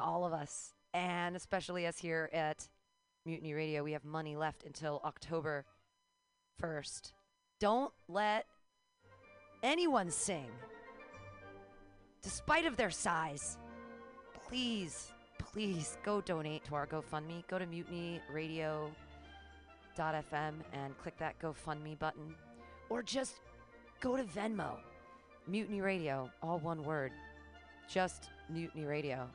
all of us, and especially us here at Mutiny Radio. We have money left until October 1st. Don't let anyone sing, despite of their size. Please, please go donate to our GoFundMe. Go to mutinyradio.fm and click that GoFundMe button, or just go to Venmo. Mutiny Radio, all one word. Just Mutiny Radio.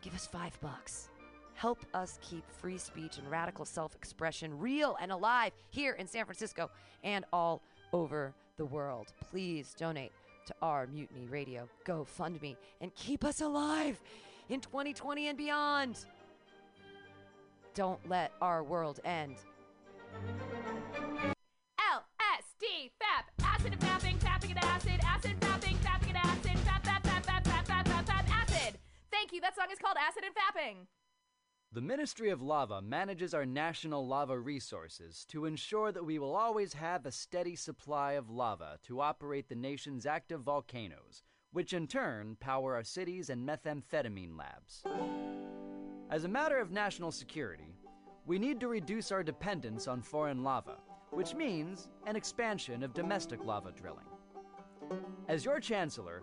Give us five bucks. Help us keep free speech and radical self expression real and alive here in San Francisco and all over the world. Please donate to our Mutiny Radio GoFundMe and keep us alive in 2020 and beyond. Don't let our world end. LSD, fap, acid and fapping, fapping and acid, acid fapping, fapping and acid, fap, fap, fap, fap, fap, fap, fap, fap, acid. Thank you. That song is called Acid and Fapping. The Ministry of Lava manages our national lava resources to ensure that we will always have a steady supply of lava to operate the nation's active volcanoes, which in turn power our cities and methamphetamine labs. As a matter of national security, we need to reduce our dependence on foreign lava, which means an expansion of domestic lava drilling. As your chancellor,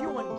you want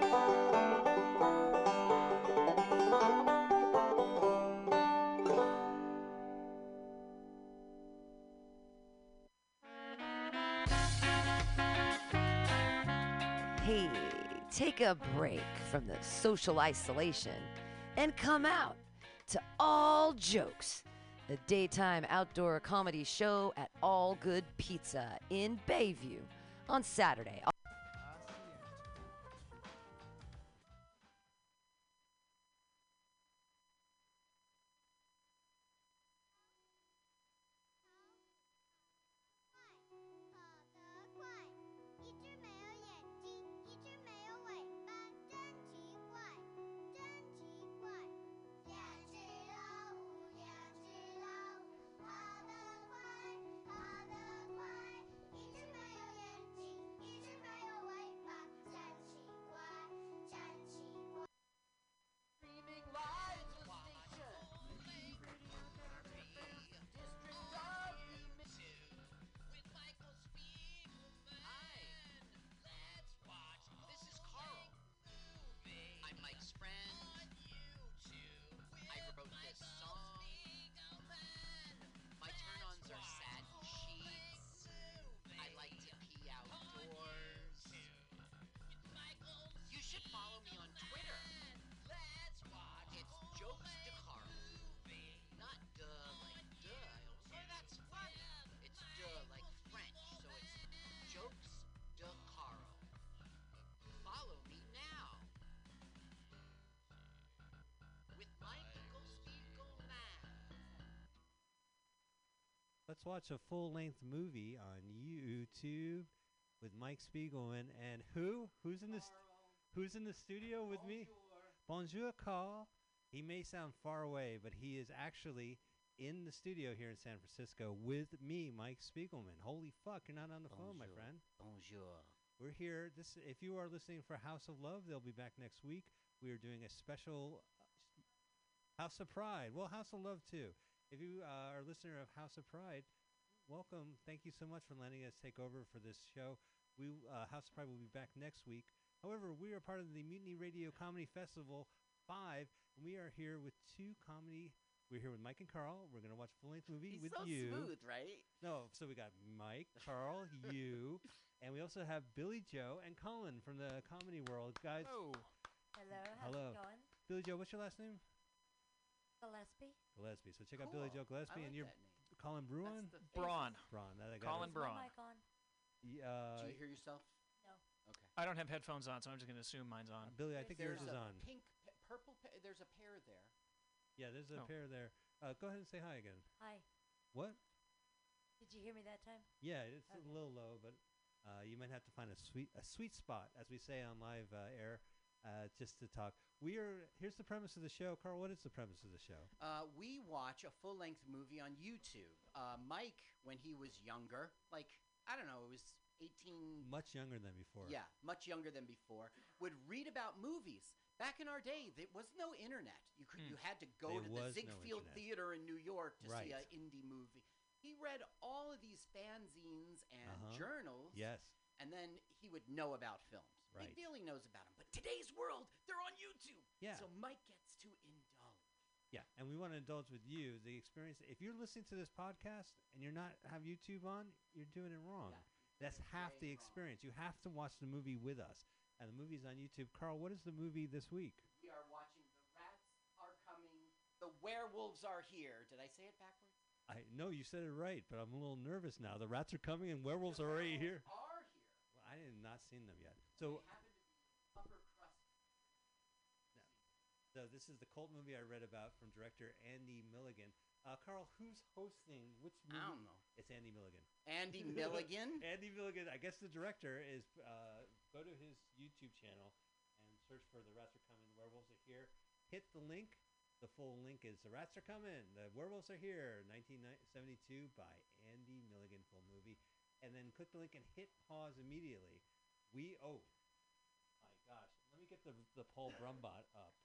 Hey, take a break from the social isolation and come out to All Jokes, the daytime outdoor comedy show at All Good Pizza in Bayview on Saturday. I'm Mike's friend. I wrote this song. My turn-ons are satin sheets. I like to pee outdoors. You should follow me on Twitter. It's Jokes to Carl. Not duh like duh. I almost- that's funny. It's duh like French, so it's Jokes de Carl. Follow me now. With Michael Spiegelman. Let's watch a full length movie on YouTube with Mike Spiegelman and who? Who's in this? Who's in the studio with me? Bonjour, Carl. He may sound far away, but he is actually in the studio here in San Francisco with me, Mike Spiegelman. Holy fuck, you're not on the phone, my Bonjour. friend. Bonjour. We're here. This, if you are listening for House of Love, they'll be back next week. We are doing a special uh, s- House of Pride. Well, House of Love too. If you uh, are a listener of House of Pride, welcome. Thank you so much for letting us take over for this show. We w- uh, House of Pride will be back next week. However, we are part of the Mutiny Radio Comedy Festival Five, and we are here with two comedy. We're here with Mike and Carl. We're going to watch a full-length movie He's with so you. smooth, right? No, so we got Mike, Carl, you, We also have Billy Joe and Colin from the comedy world. Guys, Oh, Hello, how's Hello. it going? Billy Joe, what's your last name? Gillespie? Gillespie. So check out Billy Joe Gillespie I and like your that name. Colin Bruin. That's the Braun. Braun. That I got Colin Is Braun. my mic on? Y- Uh, Do you hear yourself? No. Okay. I don't have headphones on, so I'm just going to assume mine's on. uh, Billy, I There's think the- yours There's is a on. pink, pa- purple. Pa- there's a pair there. Yeah, there's a Oh. pair there. Uh, go ahead and say hi again. Hi. What? Did you hear me that time? Yeah, it's Okay. a little low, but uh, you might have to find a sweet a sweet spot, as we say on live uh, air, uh, just to talk. We are here's the premise of the show, Carl. What is the premise of the show? Uh, we watch a full length movie on YouTube. Uh, Mike, when he was younger, like, I don't know, it was 18. Much younger than before. Yeah, much younger than before, would read about movies. Back in our day, there was no internet. You could, Hmm. you had to go There to was no the Ziegfeld internet. Theater in New York to see Right. an indie movie. He read all of these fanzines and Uh-huh. journals, Yes. and then he would know about films. Right. Big deal, he knows about them. But today's world, they're on YouTube. Yeah. So Mike gets to indulge. Yeah, and we want to indulge with you the experience. If you're listening to this podcast and you're not have YouTube on, you're doing it wrong. That's half the Way wrong. experience. You have to watch the movie with us, and the movie's on YouTube. Carl, what is the movie this week? We are watching The Rats Are Coming, The Werewolves Are Here. Did I say it backwards? I know you said it right, but I'm a little nervous now. The rats are coming, and werewolves are already here. Are here. Well, I have not seen them yet. So, Happen to be upper crust so this is the cult movie I read about from director Andy Milligan. Uh, Carl, who's hosting which I movie? don't know. It's Andy Milligan. Andy Milligan. Andy Milligan, I guess the director is. Uh, go to his YouTube channel and search for "The Rats Are Coming, The Werewolves Are Here." Hit the link. The full link is "The Rats Are Coming, The Werewolves Are Here," 1972 by Andy Milligan, full movie. And then click the link and hit pause immediately. We oh my gosh, let me get the the Paul Brumbot up.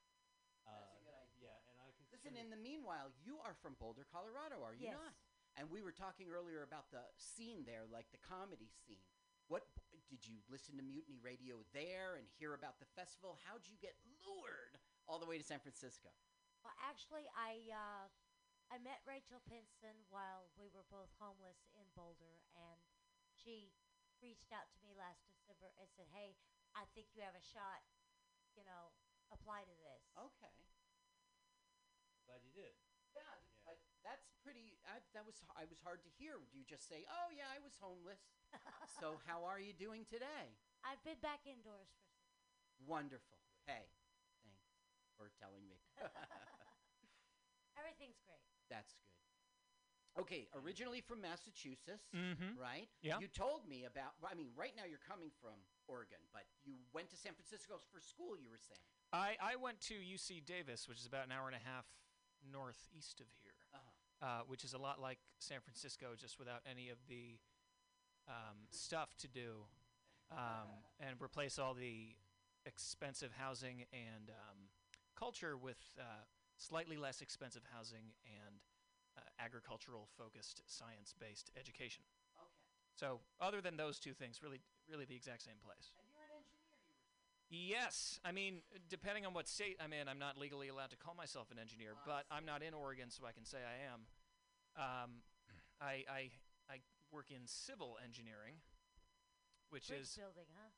Uh, That's a good idea. Yeah, and I can Listen, sort of- in the meanwhile, you are from Boulder, Colorado, are you yes. not? And we were talking earlier about the scene there, like the comedy scene. What did you listen to Mutiny Radio there and hear about the festival? How'd you get lured all the way to San Francisco? Well, actually, I uh, I met Rachel Pinson while we were both homeless in Boulder, and she reached out to me last December and said, "Hey, I think you have a shot. You know, apply to this." Okay. Glad you did. Yeah, th- I- that's pretty. I, that was I was hard to hear. Do you just say, "Oh yeah, I was homeless." so how are you doing today? I've been back indoors for. Some Wonderful. Hey, thanks for telling me. Everything's great. That's good. Okay, originally from Massachusetts, Mm-hmm. right? Yeah. You told me about. I mean, right now you're coming from Oregon, but you went to San Francisco for school. You were saying. I, I went to UC Davis, which is about an hour and a half northeast of here, Uh-huh. uh, which is a lot like San Francisco, just without any of the um, stuff to do um, and replace all the expensive housing and um, culture with uh, slightly less expensive housing and uh, agricultural focused, science based education. Okay. So, other than those two things, really, really the exact same place. And you're an engineer. You were. Yes, I mean, depending on what state I'm in, I'm not legally allowed to call myself an engineer, Oh, I but I'm not in Oregon, so I can say I am. Um, I, I I work in civil engineering, which Bridge is building, huh?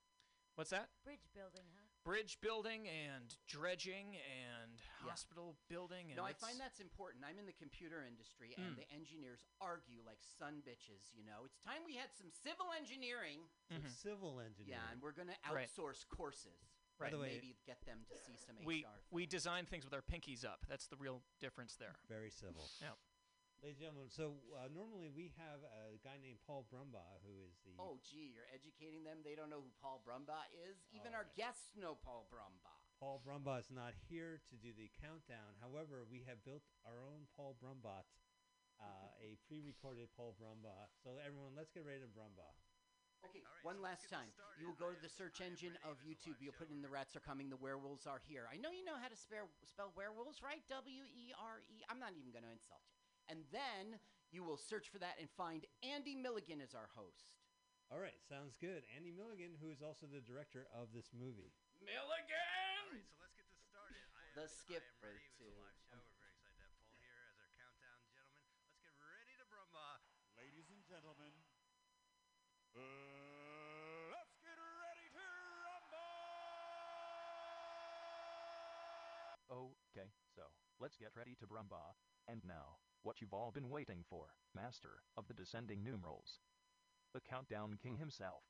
what's that? Bridge building, huh? Bridge building and dredging and Yeah. hospital building. And No, I it's- find that's important. I'm in the computer industry, and Hmm. the engineers argue like son bitches. You know, it's time we had some civil engineering. Some Mhm. Civil engineering. Yeah, and we're going to Right. outsource courses. By the and way- maybe get them to see some we HR. we films. design things with our pinkies up. That's the real difference there. Very civil. Yeah. Ladies and gentlemen, so uh, normally we have a guy named Paul Brumbaugh who is the. Oh, gee, you're educating them. They don't know who Paul Brumbaugh is. Even our Alright. guests know Paul Brumbaugh. Paul Brumbaugh is not here to do the countdown. However, we have built our own Paul Brumbaugh, uh, a pre recorded Paul Brumbaugh. So, everyone, let's get ready to Brumbaugh. Okay, one last time. You will go to the search engine of YouTube. You'll put in the rats are coming, the werewolves are here. I know you know how to spare, spell werewolves, right? W E R E. I'm not even going to insult you. And then you will search for that and find Andy Milligan as our host. All right, sounds good. Andy Milligan, who is also the director of this movie. Milligan! So let's get this started. I am, I am The skipper ready. It was too. a live show. We're very excited to have Paul here as our countdown, gentlemen. Let's Mm, get ready to Brumbaugh. Ladies and gentlemen, Okay, so, let's get ready to brumba. And now, what you've all been waiting for, Master of the Descending Numerals. The Countdown King himself.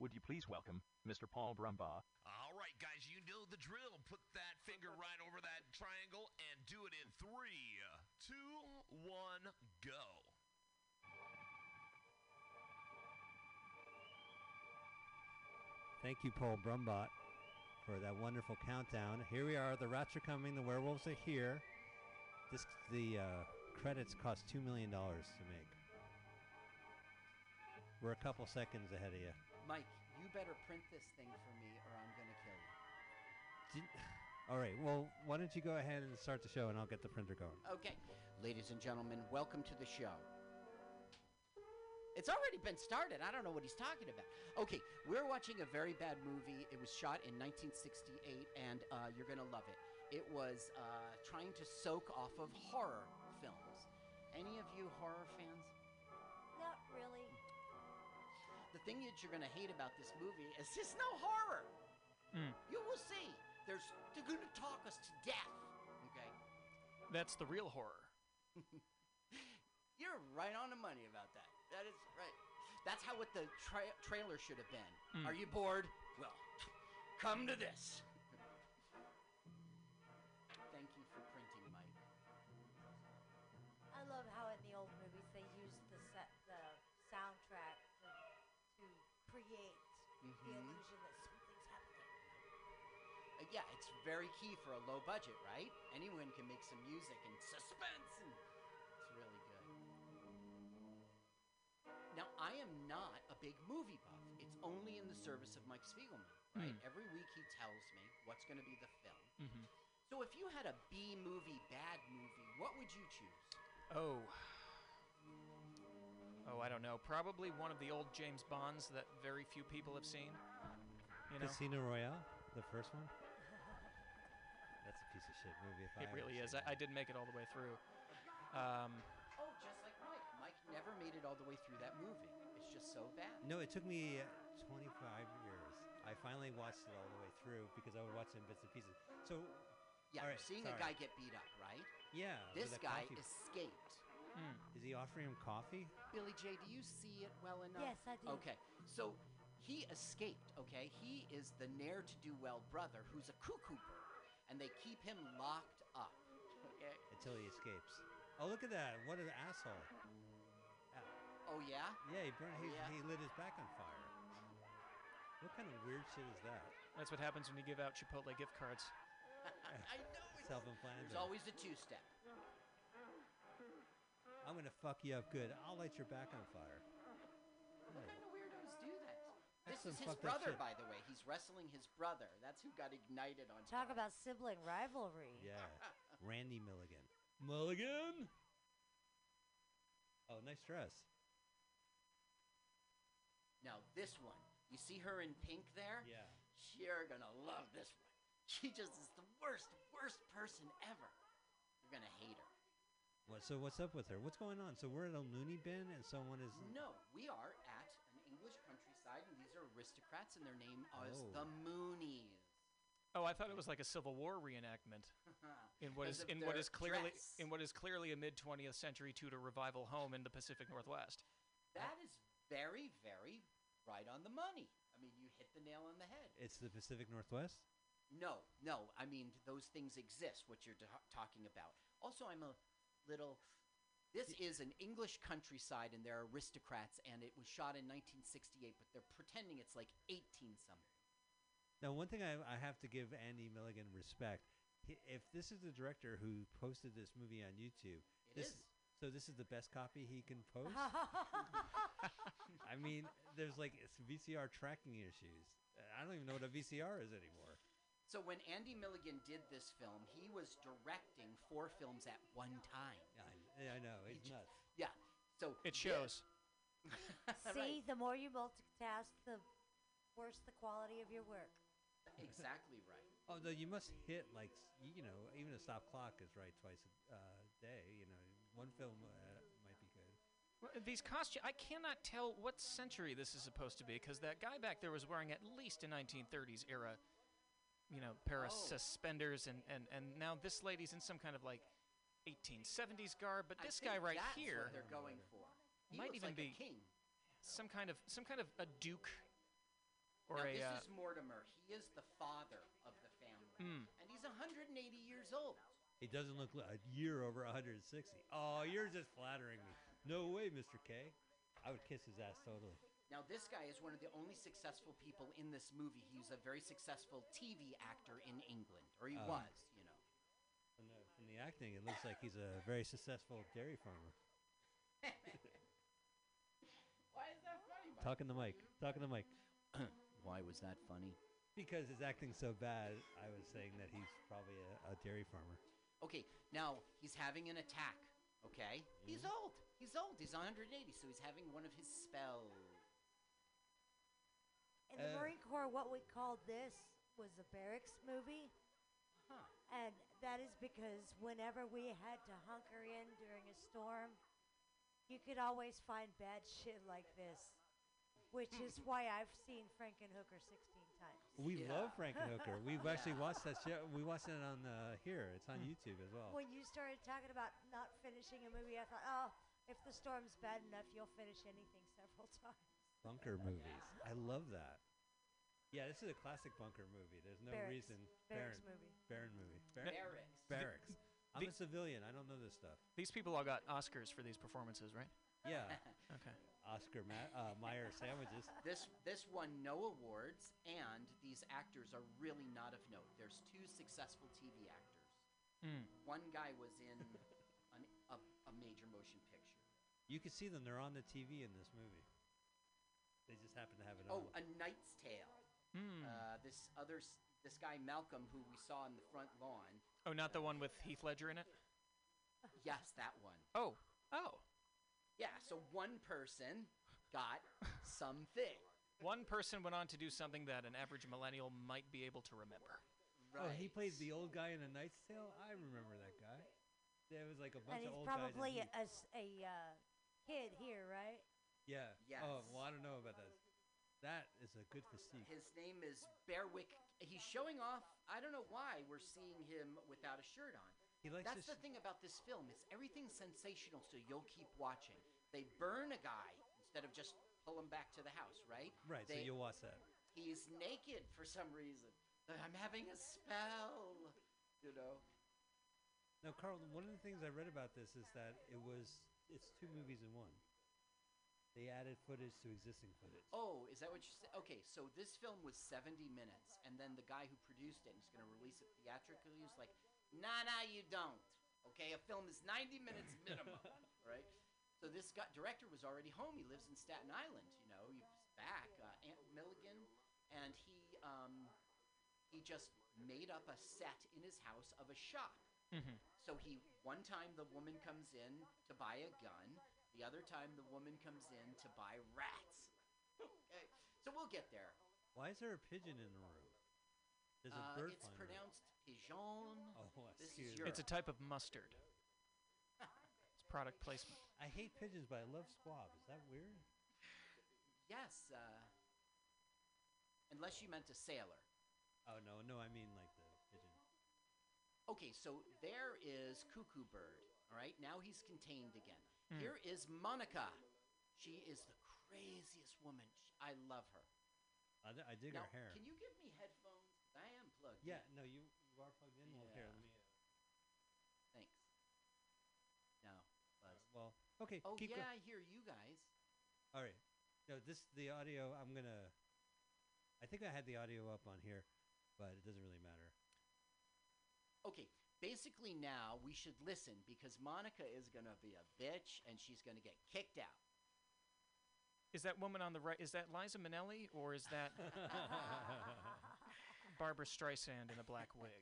Would you please welcome, Mr. Paul Brumbaugh? All right, guys, you know the drill. Put that finger right over that triangle and do it in three, two, one, go. Thank you, Paul Brumbot, for that wonderful countdown. Here we are. The rats are coming. The werewolves are here. This the uh, credits cost two million dollars to make. We're a couple seconds ahead of you. Mike, you better print this thing for me or I'm going to kill you. Did, all right. Well, why don't you go ahead and start the show, and I'll get the printer going. Okay. Ladies and gentlemen, welcome to the show. It's already been started. I don't know what he's talking about. Okay, we're watching a very bad movie. It was shot in 1968, and uh, you're going to love it. It was uh, trying to soak off of horror films. Any of you horror fans? Not really. The thing that you're going to hate about this movie is there's no horror. Mm. You will see. There's, they're going to talk us to death. Okay? That's the real horror. You're right on the money about that. That is right. That's how what the tra- trailer should have been. Mm. Are you bored? Well, come to this. Thank you for printing, Mike. I love how in the old movies they used the set, the soundtrack to, to create the Mhm. illusion that something's happening. Uh, yeah, it's very key for a low budget, right? Anyone can make some music and suspense, and it's really good. Now, I am not a big movie buff. It's only in the service of Mike Spiegelman, Hmm. right? Mm. Every week he tells me what's going to be the film. Mm-hmm. So, if you had a B movie, bad movie, what would you choose? Oh. Oh, I don't know. Probably one of the old James Bonds that very few people have seen. You know, Casino Royale, the first one. That's a piece of shit movie. If I it ever really seen is. I, I one. did make it all the way through. Um, Oh, just like Mike. Mike never made it all the way through that movie. It's just so bad. No, it took me uh, 25 years. I finally watched it all the way through because I would watch it in bits and pieces. So, Yeah, All you're right, seeing a guy sorry. get beat up, right? yeah. with This that guy coffee- escaped. mm. Is he offering him coffee? Billy J, do you see it well enough? Yes, I do. Okay, so he escaped, okay? He is the ne'er to do well brother who's a cuckoo bird, and they keep him locked up, okay? Until he escapes. Oh, look at that. What an asshole. Oh, yeah? Yeah, he burned. Oh, He, yeah? he lit his back on fire. What kind of weird shit is that? That's what happens when you give out Chipotle gift cards. I know it's There's Self-inflammatory. always a two step. I'm gonna fuck you up good. I'll light your back on fire. What kind of weirdos do that? That's This some is his fucked up brother, shit. by the way. He's wrestling his brother. That's who got ignited on Talk fire. about sibling rivalry. Yeah, Randy Milligan. Mulligan. Oh, nice dress. Now, this one. You see her in pink there? Yeah. You're gonna love this one. She just is the worst, worst person ever. You're gonna hate her. What, so what's up with her? What's going on? So we're at a loony bin and someone is. No, we are at an English countryside, and these are aristocrats, and their name is Oh. the Moonies. Oh, I thought it was like a Civil War reenactment in what Because of is in what their is clearly dress. in what is clearly a mid 20th century Tudor revival home in the Pacific Northwest. that is very, very right on the money. I mean, you hit the nail on the head. It's the Pacific Northwest. No, no, I mean those things exist. What you're ta- talking about. Also, I'm a little. This is an English countryside, and they're aristocrats, and it was shot in 1968, but they're pretending it's like 18 something. Now, one thing I, I have to give Andy Milligan respect. He, if this is the director who posted this movie on YouTube, It this is. so this is the best copy he can post. I mean, there's like it's VCR tracking issues. Uh, I don't even know what a VCR is anymore. So when Andy Milligan did this film, he was directing four films at one time. Yeah, I, yeah, I know it's j- nuts. Yeah. So It thi- shows. See, Right. the more you multitask, the worse the quality of your work. exactly right. Although you must hit like s- y- you know, even a stop clock is right twice a uh, day. You know, one film uh, might be good. Well, These costumes, I cannot tell what century this is supposed to be because that guy back there was wearing at least a 1930s era you know, pair of Oh. suspenders, and, and, and now this lady's in some kind of like 1870s garb, but I this think guy right that's here what they're going for. He might looks even like a be king. some kind of some kind of a duke or now, a this uh, is Mortimer. He is the father of the family, Mm. and he's 180 years old. He doesn't look li- a year over 160. Oh, you're just flattering me. No way, Mr. K. I would kiss his ass totally. Now, this guy is one of the only successful people in this movie. He's a very successful TV actor in England, or he Oh. was, you know. From the, from the acting, it looks like he's a very successful dairy farmer. Why is that funny? Talking the mic. Talking the mic. Why was that funny? Because his acting's so bad, I was saying that he's probably a, a dairy farmer. Okay, now he's having an attack. Okay, he's old. He's old. He's 180, so he's having one of his spells. In the Uh, Marine Corps, what we called this was a barracks movie. And that is because whenever we had to hunker in during a storm, you could always find bad shit like this, which is why I've seen Frankenhooker 16 times. We love Frankenhooker. We've actually watched that show. We watched it on uh, here. It's on Hmm. YouTube as well. When you started talking about not finishing a movie, I thought, oh, if the storm's bad enough, you'll finish anything several times. bunker movies. I love that. Yeah, this is a classic bunker movie. There's no Barracks. reason. Barracks Barron- movie. Barron movie. Bar- Barracks. Barracks. I'm a the- civilian. I don't know this stuff. these people all got Oscars for these performances, right? Yeah. Okay. Oscar Ma- uh, Meyer sandwiches. This this won no awards, and these actors are really not of note. There's two successful TV actors. Mm. One guy was in an, a, a major motion picture. You can see them. They're on the TV in this movie. They just happen to have it Oh, on. A Knight's Tale. Hmm. Uh, this other s- this guy Malcolm, who we saw in the front lawn. Oh, not the one with Heath Ledger in it. Yes, that one. Oh, oh, Yeah. So one person got something. one person went on to do something that an average millennial might be able to remember. Right. Oh, he plays the old guy in A Knight's Tale. I remember that guy. There was like a And bunch of he's old guys. probably and a, s- a, uh, kid here, right? he- yeah. Yes. Oh, well, I don't know about that. That is a good physique. His name is Berwick. He's showing off. I don't know why we're seeing him without a shirt on. He likes That's to the sh- thing about this film. It's everything's sensational, so you'll keep watching. They burn a guy instead of just pull him back to the house, right? Right. so They- you'll watch that. He's naked for some reason. I'm having a spell. You know. Now, Carl, one of the things I read about this is that it was it's two movies in one. They added footage to existing footage. Oh, is that what you said? Okay, so this film was 70 minutes, and then the guy who produced it and is going to release it theatrically was like, nah, nah, you don't. Okay, a film is 90 minutes minimum, right? So this guy, director was already home. He lives in Staten Island, you know, he was back, uh, Aunt Milligan, and he, um, he just made up a set in his house of a shop. Mm-hmm. So he one time the woman comes in to buy a gun, the other time the woman comes in to buy rats. Okay, so we'll get there. Why is there a pigeon in the room? There's a Uh, bird it's flying around. pronounced pigeon. Oh, This is excuse me. Europe. It's a type of mustard. It's product placement. I hate pigeons, but I love squab. Is that weird? Yes, uh, unless you meant a sailor. Oh no, no, I mean like the pigeon. Okay, so there is Cuckoo Bird. All right, now he's contained again. Hmm. Here is Monica. She is the craziest woman. Sh- I love her. I, d- I dig now, her hair. can you give me headphones? 'Cause I am plugged. yeah, in. no, you you are plugged in. Well, here, Yeah. let me. Thanks. No. Uh, Buzz. well, okay. Oh keep yeah, go- I hear you guys. All right. No, this the audio. I'm gonna. I think I had the audio up on here, but it doesn't really matter. Okay, basically now we should listen because Monica is gonna be a bitch and she's gonna get kicked out. Is that woman on the right? Is that Liza Minnelli or is that Barbara Streisand in a black wig?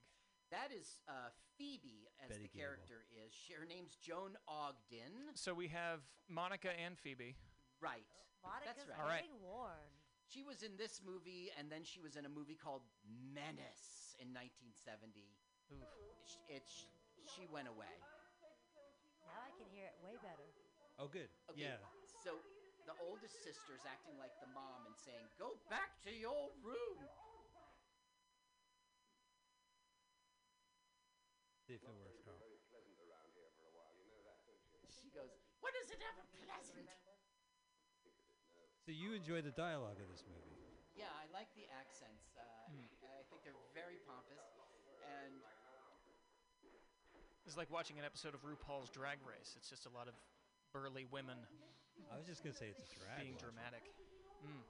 That is uh, Phoebe as Betty the Gable. character is. She, her name's Joan Ogden. So we have Monica and Phoebe. Right. Monica's That's right. All right. getting worn. She was in this movie and then she was in a movie called Menace in 1970. Oof. It's, it's she went away. Now I can hear it way better. Oh, good. Okay. Yeah. So the oldest sister's acting like the mom and saying, "Go back to your room." See if it works, Carl. She goes, What does it ever pleasant? So you enjoy the dialogue of this movie. Yeah, I like the accents. Uh, I think they're very pompous. And It's like watching an episode of RuPaul's Drag Race. It's just a lot of burly women. I was just gonna say it's a drag Being watch. dramatic. Mm.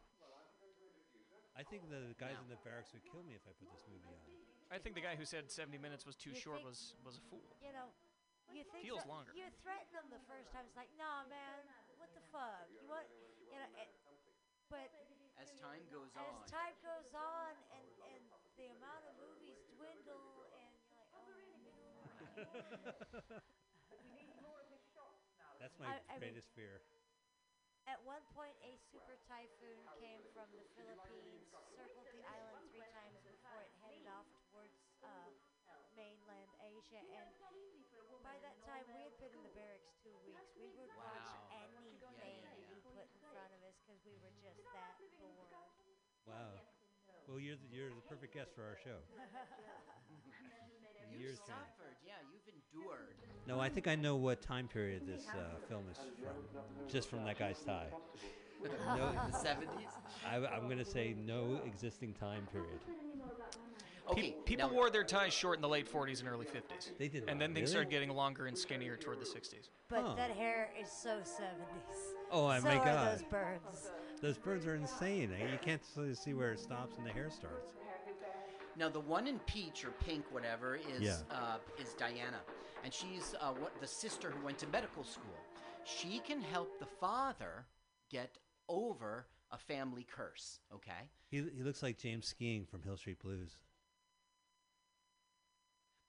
I think the guys in the barracks would kill me if I put this movie on. I think the guy who said 70 minutes was too You short think- was was a fool. You know, you think Feels so- longer. You threaten them the first time. It's like, nah, man, what the fuck? You want, you know, it, but as time goes as on, time goes on and, and the amount of movies dwindle, and "Oh, you're like, oh, man. That's my I- I mean- greatest fear. At one point, a super typhoon came from the Philippines, circled the island three times before it headed off towards uh, mainland Asia. And by that time, we had been in the barracks two weeks. We would watch Wow. anything you put in front of us because we were just that bored. Wow. Well, you're the, you're the perfect guest for our show. you've Years down. suffered. Yeah, you've endured. No, I think I know what time period this uh, film is from, just from that guy's tie. no, the 70s? I, am going to say no existing time period. Okay, People wore their ties short in the late 40s and early 50s. They did And then not, things really? started getting longer and skinnier toward the 60s. But Huh. that hair is so 70s. Oh, I- so my are God. those burns. Those birds are insane. eh? You can't s- see where it stops and the hair starts. Now the one in peach or pink, whatever, is Yeah. uh, is Diana, and she's uh, what the sister who went to medical school. She can help the father get over a family curse. Okay, He, he looks like James Skiing from Hill Street Blues.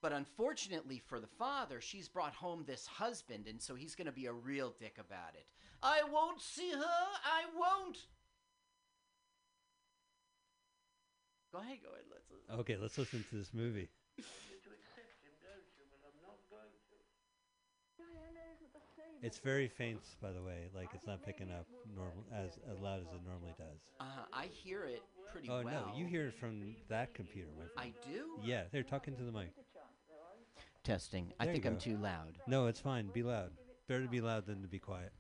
but unfortunately for the father, she's brought home this husband, and so he's going to be a real dick about it. I won't see her. I won't. Go ahead. Go ahead. Let's. let's- Okay, let's listen to this movie. It's very faint, by the way. Like it's not picking up normal as, as loud as it normally does. Uh, I hear it pretty Oh well. no, you hear it from that computer, my friend. I do. Yeah, they're talking to the mic. Testing. I There you think I'm go. too loud. No, it's fine. Be loud. Better to be loud than to be quiet.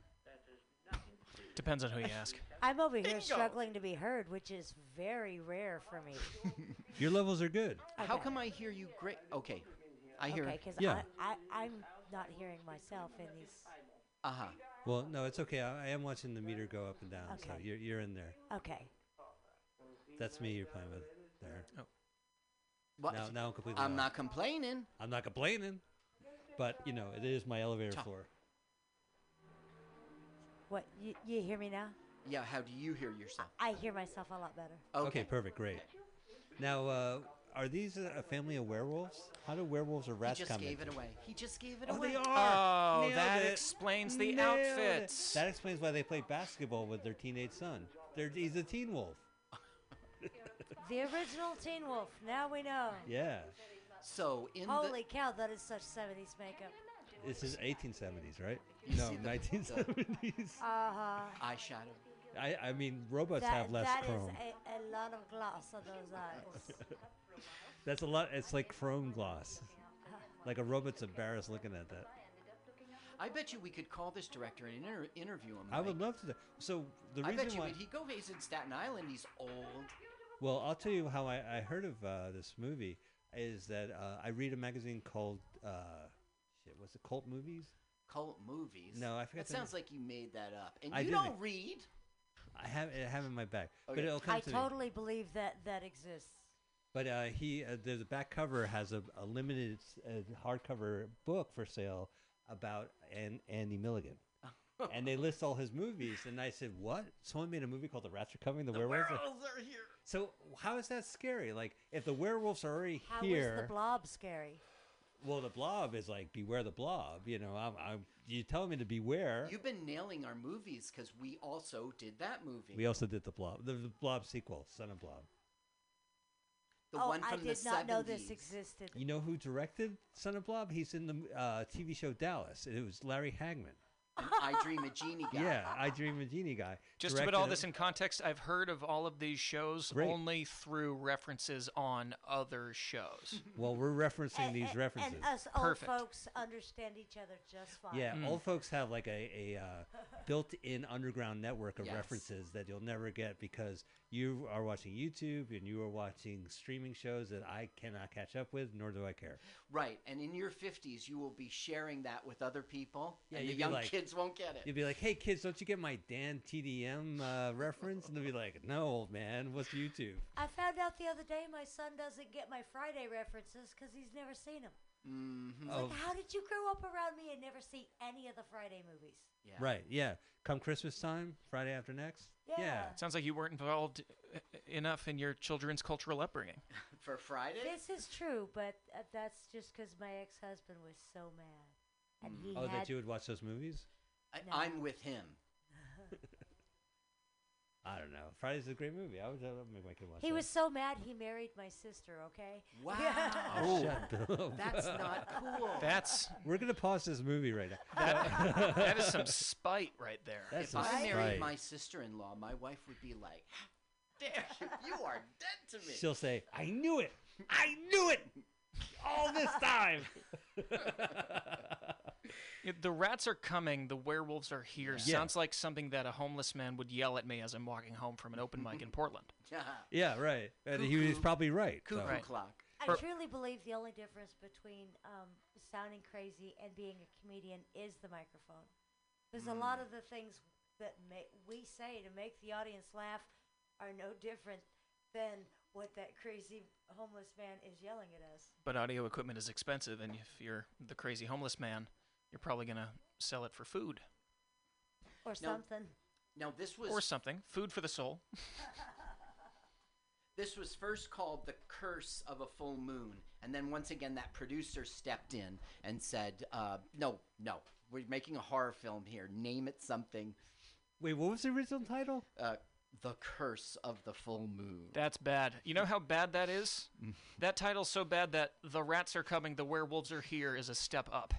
Depends on who you ask. I'm over here struggling to be heard, which is very rare for me. Your levels are good. How Okay. come I hear you great? Okay, I hear. Okay, because Yeah. I, I, I'm not hearing myself in these. Uh huh. Well, no, it's okay. I, I am watching the meter go up and down, so Okay. you're you're in there. Okay. That's me. You're playing with there. Oh. What? Now, now I'm completely. I'm off. not complaining. I'm not complaining, but you know it is my elevator Ta- floor. What? You, you hear me now? Yeah. How do you hear yourself? I hear myself a lot better. Okay, perfect, great. Now, uh, are these a a family of werewolves? How do werewolves or He rats just come gave in? it away. He just gave it Oh, away. they are. Oh, Nailed that it. explains the Nailed it. outfits. That explains why they play basketball with their teenage son. They're, he's a teen wolf. The original Teen Wolf. Now we know. Yeah, So in Holy cow, that is such 70s makeup. this is 1870s, right? You no, see the- 1970s. Uh huh. the eyeshadow, I, I mean, robots That, have less that is chrome. a, a lot of gloss on those uh, eyes. That's a lot. It's like chrome gloss. Like a robot's embarrassed looking at that. I bet you we could call this director and inter- interview him. I would Mike. love to. do- So the I reason bet you why would. He go. He's in Staten Island. He's old. Well, I'll tell you how I, I heard of uh, this movie is that uh, I read a magazine called uh, shit. What's it? Cult movies. Cult movies. No, I That forgot the name. sounds like you made that up. And I you didn't. don't read. I have it I have it in my back, but Okay. it'll come I to me. totally believe that that exists. But uh, he uh, the, the back cover has a, a limited s- uh, hardcover book for sale about an, Andy Milligan. and they list all his movies, and I said, "What? Someone made a movie called The Rats Are Coming. The, The werewolves." are-" werewolves are here. So how is that scary? Like, if the werewolves are already How is here, the blob scary? well, the blob is like, beware the blob. You know, I'm, I'm you tell me to beware. You've been nailing our movies because we also did that movie. We also did the Blob, the, the Blob sequel, Son of Blob. the oh, one I from did the not 70s. know this existed. You know who directed Son of Blob? He's in the uh, TV show Dallas. It was Larry Hagman. an I Dream a Genie guy. Yeah, I Dream a Genie guy. Just to put all directed this in context, I've heard of all of these shows Great. only through references on other shows. Well, we're referencing these references. And us old Perfect. folks understand each other just fine. yeah, Hmm. old folks have like a, a uh, built-in underground network of Yes. references that you'll never get because you are watching YouTube and you are watching streaming shows that I cannot catch up with, nor do I care. Right, and in your 50s, you will be sharing that with other people, Yeah, and the you'd be young like- kids won't get it. You'd be like, "Hey kids, don't you get my Dan TDM uh, reference?" And they'll be like, "No, old man, what's YouTube?" I found out the other day my son doesn't get my Friday references because he's never seen them. Mm-hmm. Oh. Like, how did you grow up around me and never see any of the Friday movies? Yeah. Right. Yeah. Come Christmas time, Friday after next. yeah. Yeah. Sounds like you weren't involved uh, enough in your children's cultural upbringing. For Friday? This is true, but uh, that's just because my ex-husband was so mad, and he Oh, had that you would watch those movies? I, No. I'm with him. I don't know. Friday's a great movie. I would, I would make my kid watch he that. was so mad he married my sister. Okay. Wow. Oh, shut up. That's not cool. That's We're going to pause this movie right now. that, that is some spite right there. That's if some I spite. married my sister-in-law, my wife would be like, "Dare you? You are dead to me." She'll say, I knew it. I knew it all this time. Yeah, The rats are coming, the werewolves are here. Yeah. Sounds like something that a homeless man would yell at me as I'm walking home from an open Mm-hmm. mic in Portland. yeah, right. And he was Cuckoo. probably right. Cuckoo though. Right. clock. I Or- truly believe the only difference between um, sounding crazy and being a comedian is the microphone. Because a Mm. lot of the things that ma- we say to make the audience laugh are no different than what that crazy homeless man is yelling at us. But audio equipment is expensive, and if you're the crazy homeless man, you're probably going to sell it for food Or Now- something. Now this was or something. Food for the soul. this was first called the curse of a full moon, and then once again that producer stepped in and said, uh, "No, no, we're making a horror film here. Name it something. Wait, what was the original title? Uh, the curse of the full moon." That's bad. You know how bad that is? that title's so bad that the rats are coming, the werewolves are here is a step up.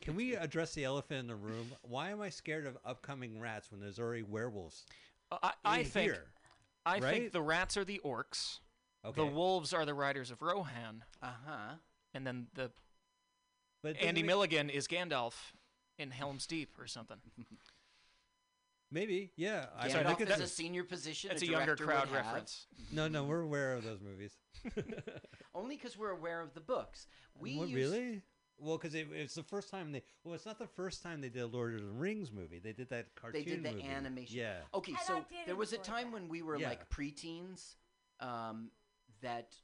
Can we address the elephant in the room? Why am I scared of upcoming rats when there's already werewolves? Uh, I, I in think here? I right? think the rats are the orcs, Okay. the wolves are the riders of Rohan, Uh huh. Uh-huh. and then the But it doesn't Andy make- Milligan is Gandalf in Helm's Deep or something. Maybe, yeah. I, I Gandalf think is it's a senior position. That's a younger director would crowd have. reference. no, no. We're aware of those movies. Only because we're aware of the books. We What, used- really? Well, because it, it's the first time they. Well, it's not the first time they did a Lord of the Rings movie. They did that cartoon. They did the movie. animation. Yeah. Okay, And I so did there was a enjoy time that. when we were Yeah. like preteens, um, that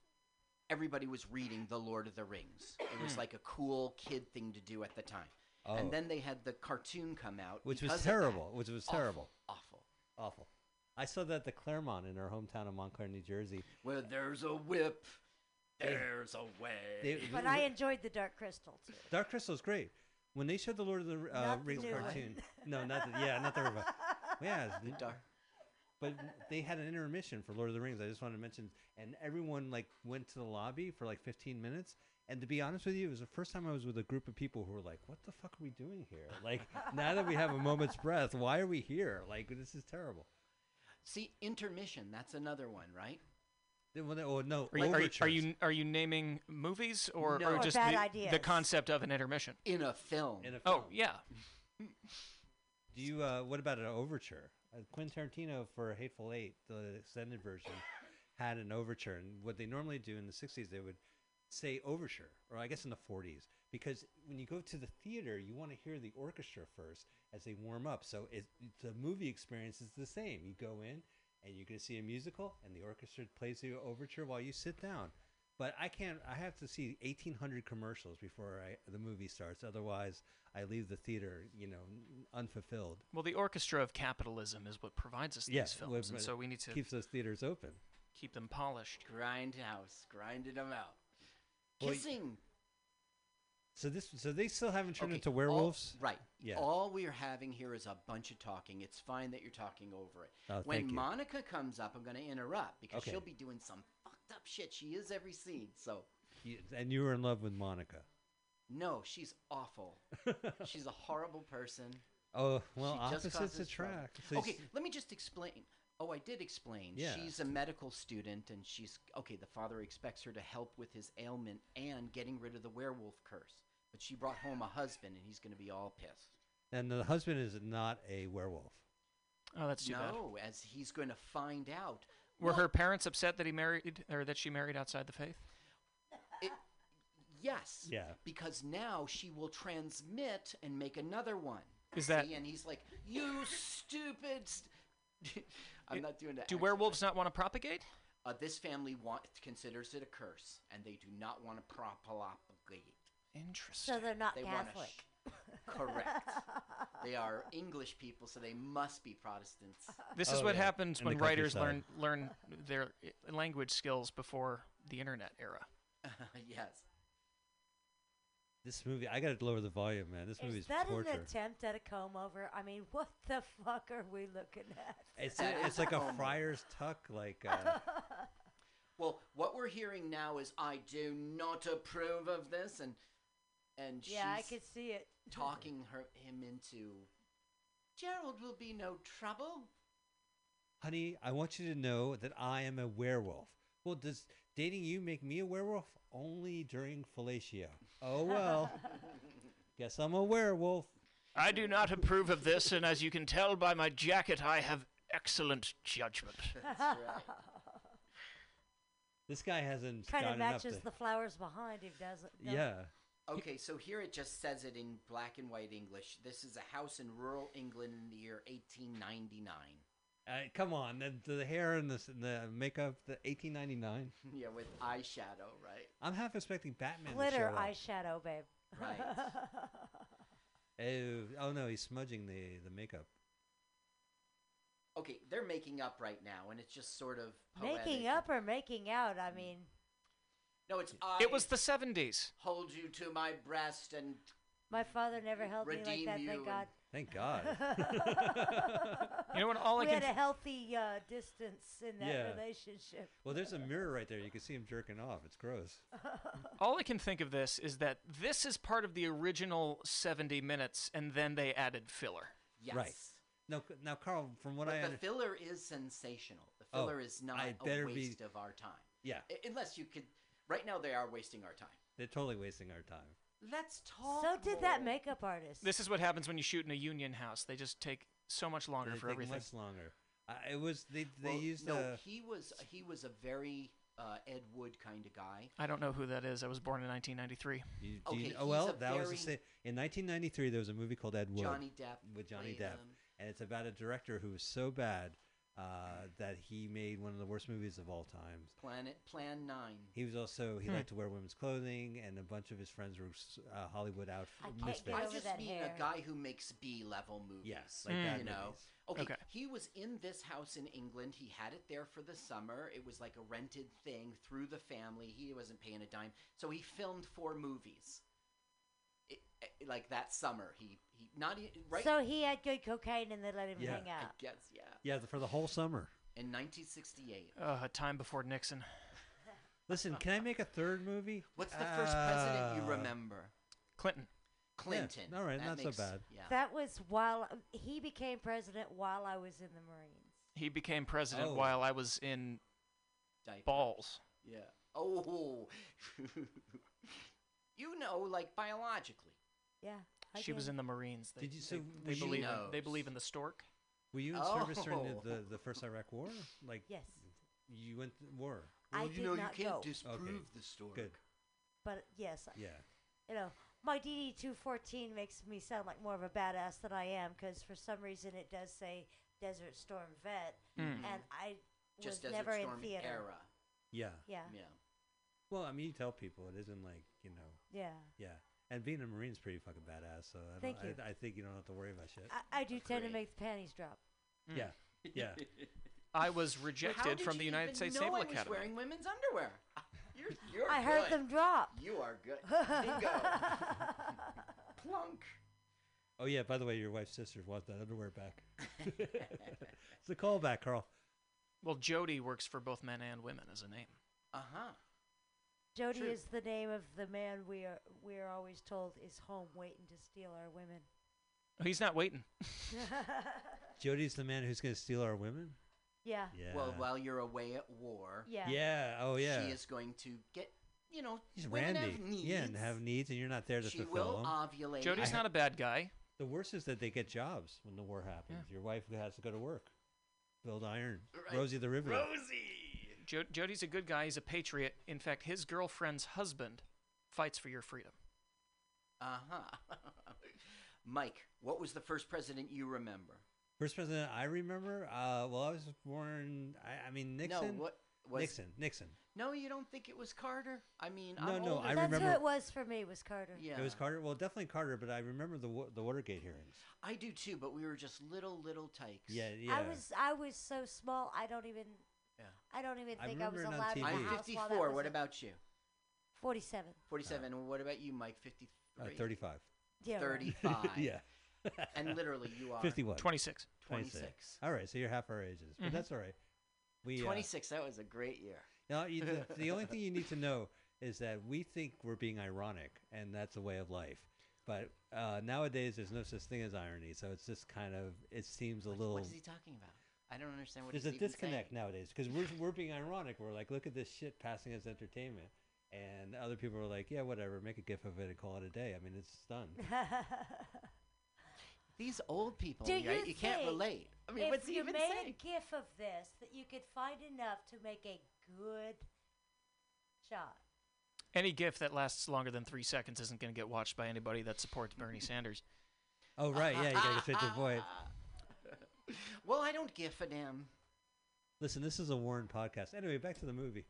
everybody was reading The Lord of the Rings. it was like a cool kid thing to do at the time. Hmm. Oh. And then they had the cartoon come out, Which was because of that. terrible, which was Awful, terrible. Awful. Awful. I saw that at the Claremont in our hometown of Montclair, New Jersey. Where there's a whip, They- there's a way. They, But I enjoyed the Dark Crystal too. Dark Crystal's great. When they showed the Lord of the R- uh, Not the Rings new one. cartoon, no, not the, yeah, not the revi- yeah, it's the n- dark. But they had an intermission for Lord of the Rings. I just wanted to mention, and everyone like went to the lobby for like 15 minutes. And to be honest with you, it was the first time I was with a group of people who were like, "What the fuck are we doing here? Like, now that we have a moment's breath, why are we here? Like, this is terrible." See, intermission, that's another one, right? Then when they- oh no, Are you, are, you, are overtures. you are you naming movies or, No. or Or just bad the, the ideas. concept of an intermission? In a film. In a Oh film. yeah, Do you? Uh, what about an overture? Uh, Quentin Tarantino for Hateful Eight, the extended version, had an overture, and what they normally do in the '60s, they would say overture, or I guess in the '40s, because when you go to the theater, you want to hear the orchestra first as they warm up. So it, the movie experience is the same. You go in, and you're going to see a musical, and the orchestra plays the overture while you sit down. But I can't. I have to see 1,800 commercials before I, the movie starts. Otherwise, I leave the theater, you know, n- unfulfilled. well, the orchestra of capitalism is what provides us Yeah, these well, films, and but so we need to keeps those theaters open. keep them polished. Grindhouse, grinded them out. Well, y- Kissing. So this, so they still haven't turned Okay, into all- werewolves, right. Yeah. All we are having here is a bunch of talking. It's fine that you're talking over it. Oh, when thank you. Monica comes up, I'm going to interrupt because Okay. she'll be doing some fucked up shit. She is every scene. So, You- and you were in love with Monica. no, she's awful. she's a horrible person. Oh well, She just opposites causes trouble. attract. okay, let me just explain. Oh, I did explain. Yeah. She's a medical student, and she's okay. The father expects her to help with his ailment and getting rid of the werewolf curse. But she brought home a husband, and he's going to be all pissed. and the husband is not a werewolf. Oh, that's too no, bad. as he's going to find out. Were Well, her parents upset that he married or that she married outside the faith? Yes. Yeah. Because now she will transmit and make another one. Is that- See, And he's like, "You stupid." St-. I'm not doing that. Do accent. werewolves not want to propagate? Uh, this family want, considers it a curse, and they do not want to propagate. Interesting. So they're not They wanna Catholic. Correct. they are English people, so they must be Protestants. This Oh, is what happens when writers learn learn their i- language skills before the internet era. yes. This movie, I got to lower the volume, man. This movie Is is that torture. an attempt at a comb over? I mean, what the fuck are we looking at? It's a, it's like a friar's tuck, like uh, Well, what we're hearing now is, "I do not approve of this," and and yeah, I she's could see it. talking her him into. Gerald will be no trouble. honey. I want you to know that I am a werewolf. Well, does dating you make me a werewolf? Only during fellatio. Oh well, guess I'm a werewolf. I do not approve of this, and as you can tell by my jacket, I have excellent judgment. That's right. This guy hasn't Kind of gotten up matches to- the flowers behind him, doesn't it? yeah. Okay, so here it just says it in black and white English. This is a house in rural England in the year 1899. Uh, come on, the, the hair and the, s- the makeup, the 1899. yeah, with eyeshadow, right? I'm half expecting Batman to show Glitter up. eyeshadow, babe. Right. Ew. Oh no, he's smudging the the makeup. Okay, they're making up right now, and it's just sort of poetic. making up or making out? I mean, No, it's I It was the 70s. hold you to my breast and my father never held me like Redeem that. you Thank and- God. Thank God. You know what? All I we can. had a healthy uh, distance in that Yeah. relationship. well, there's a mirror right there. You can see him jerking off. It's gross. all I can think of this is that this is part of the original 70 minutes, and then they added filler. yes. Right. Now, c- now, Carl, from what but I the under- filler is sensational. The Oh, filler is not I a better be- waste of our time. yeah, I- unless you could. Right now, they are wasting our time. they're totally wasting our time. Let's talk. So did that more. makeup artist. This is what happens when you shoot in a union house. They just take so much longer They for take everything. much longer. I it was they they Well, used no. the He was he was a very uh, Ed Wood kind of guy. I don't know who that is. I was born in 1993. you, do you okay, kn- he's oh well a that was the very- same. In 1993, there was a movie called Ed Wood Johnny Depp with Johnny played Depp, him. and it's about a director who was so bad uh, that he made one of the worst movies of all time. Planet Plan Nine. He was also he Hmm. liked to wear women's clothing, and a bunch of his friends were s- uh, Hollywood out I can't get misfits. I over just that mean hair. a guy who makes B level movies. Yes, like bad you know. movies. Okay, Okay. he was in this house in England. He had it there for the summer. It was like a rented thing through the family. He wasn't paying a dime, so he filmed four movies. It, eh, like that summer, he he not e- right. So he had good cocaine and they let him Yeah. hang I out. guess yeah. Yeah, th- for the whole summer. In 1968. Uh, a time before Nixon. Listen, can I make a third movie? What's the first president Ah. you remember? Clinton. Clinton. all right, not so bad. Yeah. That was while um, he became president while I was in the Marines. He became president Oh. while I was in diaper. balls. Yeah. Oh. you know, like biologically. Yeah. I She was did. in the Marines. They, Did you- so they, was they you- believe She they knows. believe in the stork? Were you in service during Oh. the, the, the first Iraq War? Like, Yes. you went to war. I did not go. Okay. the story. Good. But yes, Yeah. you know, my DD 214 makes me sound like more of a badass than I am because for some reason it does say Desert Storm Vet, Hmm. Mm. and I Just was Desert never Storm in theater. era. Yeah. Yeah. Yeah. Well, I mean, you tell people it isn't like, you know, Yeah. yeah. And being a Marine's pretty fucking badass, so I, Thank don't, you. I, I think you don't have to worry about shit. I, I do tend to Agreed. make the panties drop. Mm. Yeah. Yeah. I was How rejected did from the you United even States know Naval I was Academy. wearing women's underwear. You're, you're I heard good. them drop. You are good. Bingo. Plunk. Oh, yeah, by the way, your wife's sister wants that underwear back. it's a callback, Carl. Well, Jody works for both men and women as a name. Uh huh. Jody True. is the name of the man we are we are always told is home waiting to steal our women. He's not waiting. Jody's the man who's going to steal our women. yeah. Yeah. Well, while you're away at war. Yeah. Yeah, oh, yeah. She is going to get, you know, He's women Randy. have needs. Yeah, and have needs, and you're not there to She fulfill will uh, them. ovulate. Jody's not a bad guy. The worst is that they get jobs when the war happens. Your wife has to go to work, build iron. Right. Rosie the Riveter. Jo- Jody's a good guy. He's a patriot. In fact, his girlfriend's husband fights for your freedom. Uh huh. Mike, what was the first president you remember? First president I remember. Uh, well, I was born. I, I mean Nixon. No, what was Nixon? Nixon. No, you don't think it was Carter? I mean, No, I'm no, older. I That's remember- who it was for me. Was Carter. Yeah. It was Carter. Well, definitely Carter, but I remember the wa- the Watergate hearings. I do too, but we were just little little tykes. Yeah, yeah. I was I was so small. I don't even. Yeah. I don't even I think I was remember it on allowed in the TV. I'm house while that 54. was What a- about you? 47? 47. and what about you, Mike? 53. Uh, Thirty-five. Yeah. right. 35. yeah. And literally, you are Fifty-one. 26. 26. 26. All right, so you're half our ages, but Mhm. that's all right. We uh, 26. That was a great year. Now, you, the, the only thing you need to know is that we think we're being ironic, and that's a way of life. But uh, nowadays, there's no such thing as irony, so it's just kind of it seems a What- little. What is he talking about? I don't understand what there's a he's even disconnect saying. nowadays because we're we're being ironic. We're like, look at this shit passing as entertainment, and other people are like, yeah, whatever, make a gif of it and call it a day. I mean, it's done. These old people, Do yeah, Oh, you, you, can't think relate. I mean, if what's he you even made saying? a gif of this that you could find enough to make a good shot. Any gift that lasts longer than three seconds isn't going to get watched by anybody that supports Bernie Sanders. oh right, yeah, you gotta fit the void. Well, I don't give a damn. Listen, this is a Warren podcast. Anyway, back to the movie.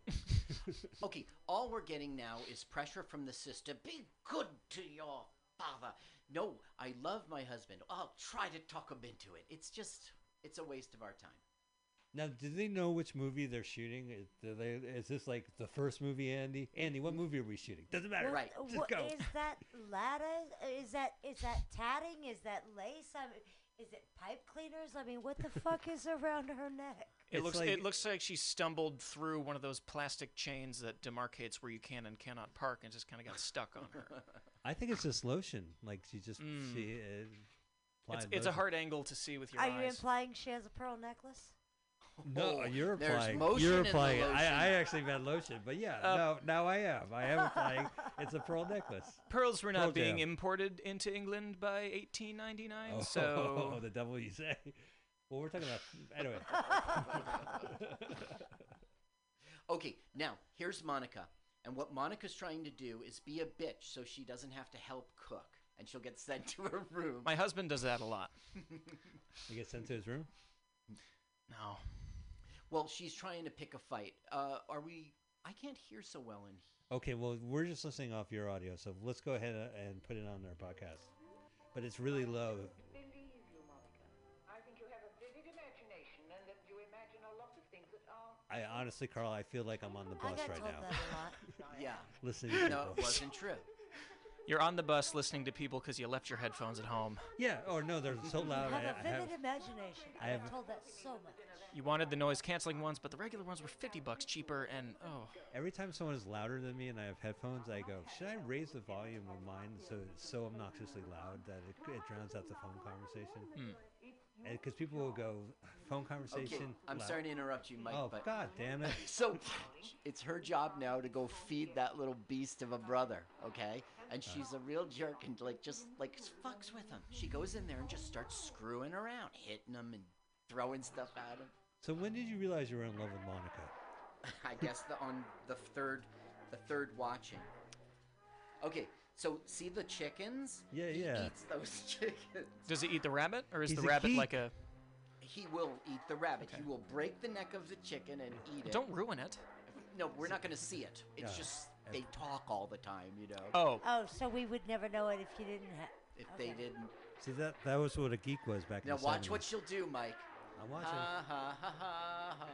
Okay, all we're getting now is pressure from the system. Be good to your father. No, I love my husband. I'll try to talk him into it. It's just, it's a waste of our time. Now, do they know which movie they're shooting? Is- Do they, is this like the first movie, Andy? Andy, what movie are we shooting? Doesn't matter. Right. What- Just what- go. Is that lattice? Is that is that tatting? Is that lace? I mean, is it pipe cleaners? I mean, what the fuck is around her neck? It It's looks like- it looks like she stumbled through one of those plastic chains that demarcates where you can and cannot park and just kind of got stuck on her. I think it's just lotion. Like she just she. Uh, it's, applied it's a lotion. hard angle to see with your Are you eyes. implying she has a pearl necklace? No, Oh, you're there's applying. motion You're in the applying. it. lotion. I, I actually meant lotion, but yeah, Uh, no, now I am. I am applying. It's a pearl necklace. Pearls were not Pearl being Jam. Oh. imported into England by 1899, so the devil you say. Well, we're talking about anyway. Okay, now here's Monica. And what Monica's trying to do is be a bitch so she doesn't have to help cook. And she'll get sent to her room. my husband does that a lot. You get sent to his room. No. Well, she's trying to pick a fight. Uh, are we. I can't hear so well in here. Okay, well, we're just listening off your audio, so let's go ahead a- and put it on our podcast. But it's really low. believe you, Monica. I think you have a vivid imagination and that you imagine a lot of things that aren't. I honestly, Carl, I feel like I'm on the I bus got right told now, that a lot. Yeah. listening No, to people. it wasn't true. You're on the bus listening to people because you left your headphones at home. Yeah, or no, they're so loud. I I, have a I have, vivid imagination. I I have have- told that so much. You wanted the noise canceling ones, but the regular ones were 50 bucks cheaper, and oh, every time someone is louder than me and I have headphones, I go, should I raise the volume of mine so it's so obnoxiously loud that it, it drowns out the phone conversation? Because people will go, phone Hmm. Okay, conversation. I'm loud." sorry to interrupt you, Mike, oh but. God damn it! So it's her job now to go feed that little beast of a brother, okay? And Uh. she's a real jerk and like just like fucks with him. She goes in there and just starts screwing around, hitting him and throwing stuff at him. So when did you realize you were in love with Monica? I guess the on the third the third watching. Okay, so see the chickens? Yeah, He yeah. eats those chickens. does it eat the rabbit, or is He's the a rabbit geek. like a? He will eat the rabbit. He will break the neck of the chicken and eat it. Don't ruin it. No, we're not gonna see it. It's Yeah. just they talk all the time, you know. Oh, Oh, so we would never know it if you didn't have. If okay. they didn't See that that was what a geek was back Now in the watch 70s. what uh, she'll do, Mike. I'm watching. Ha ha ha ha ha.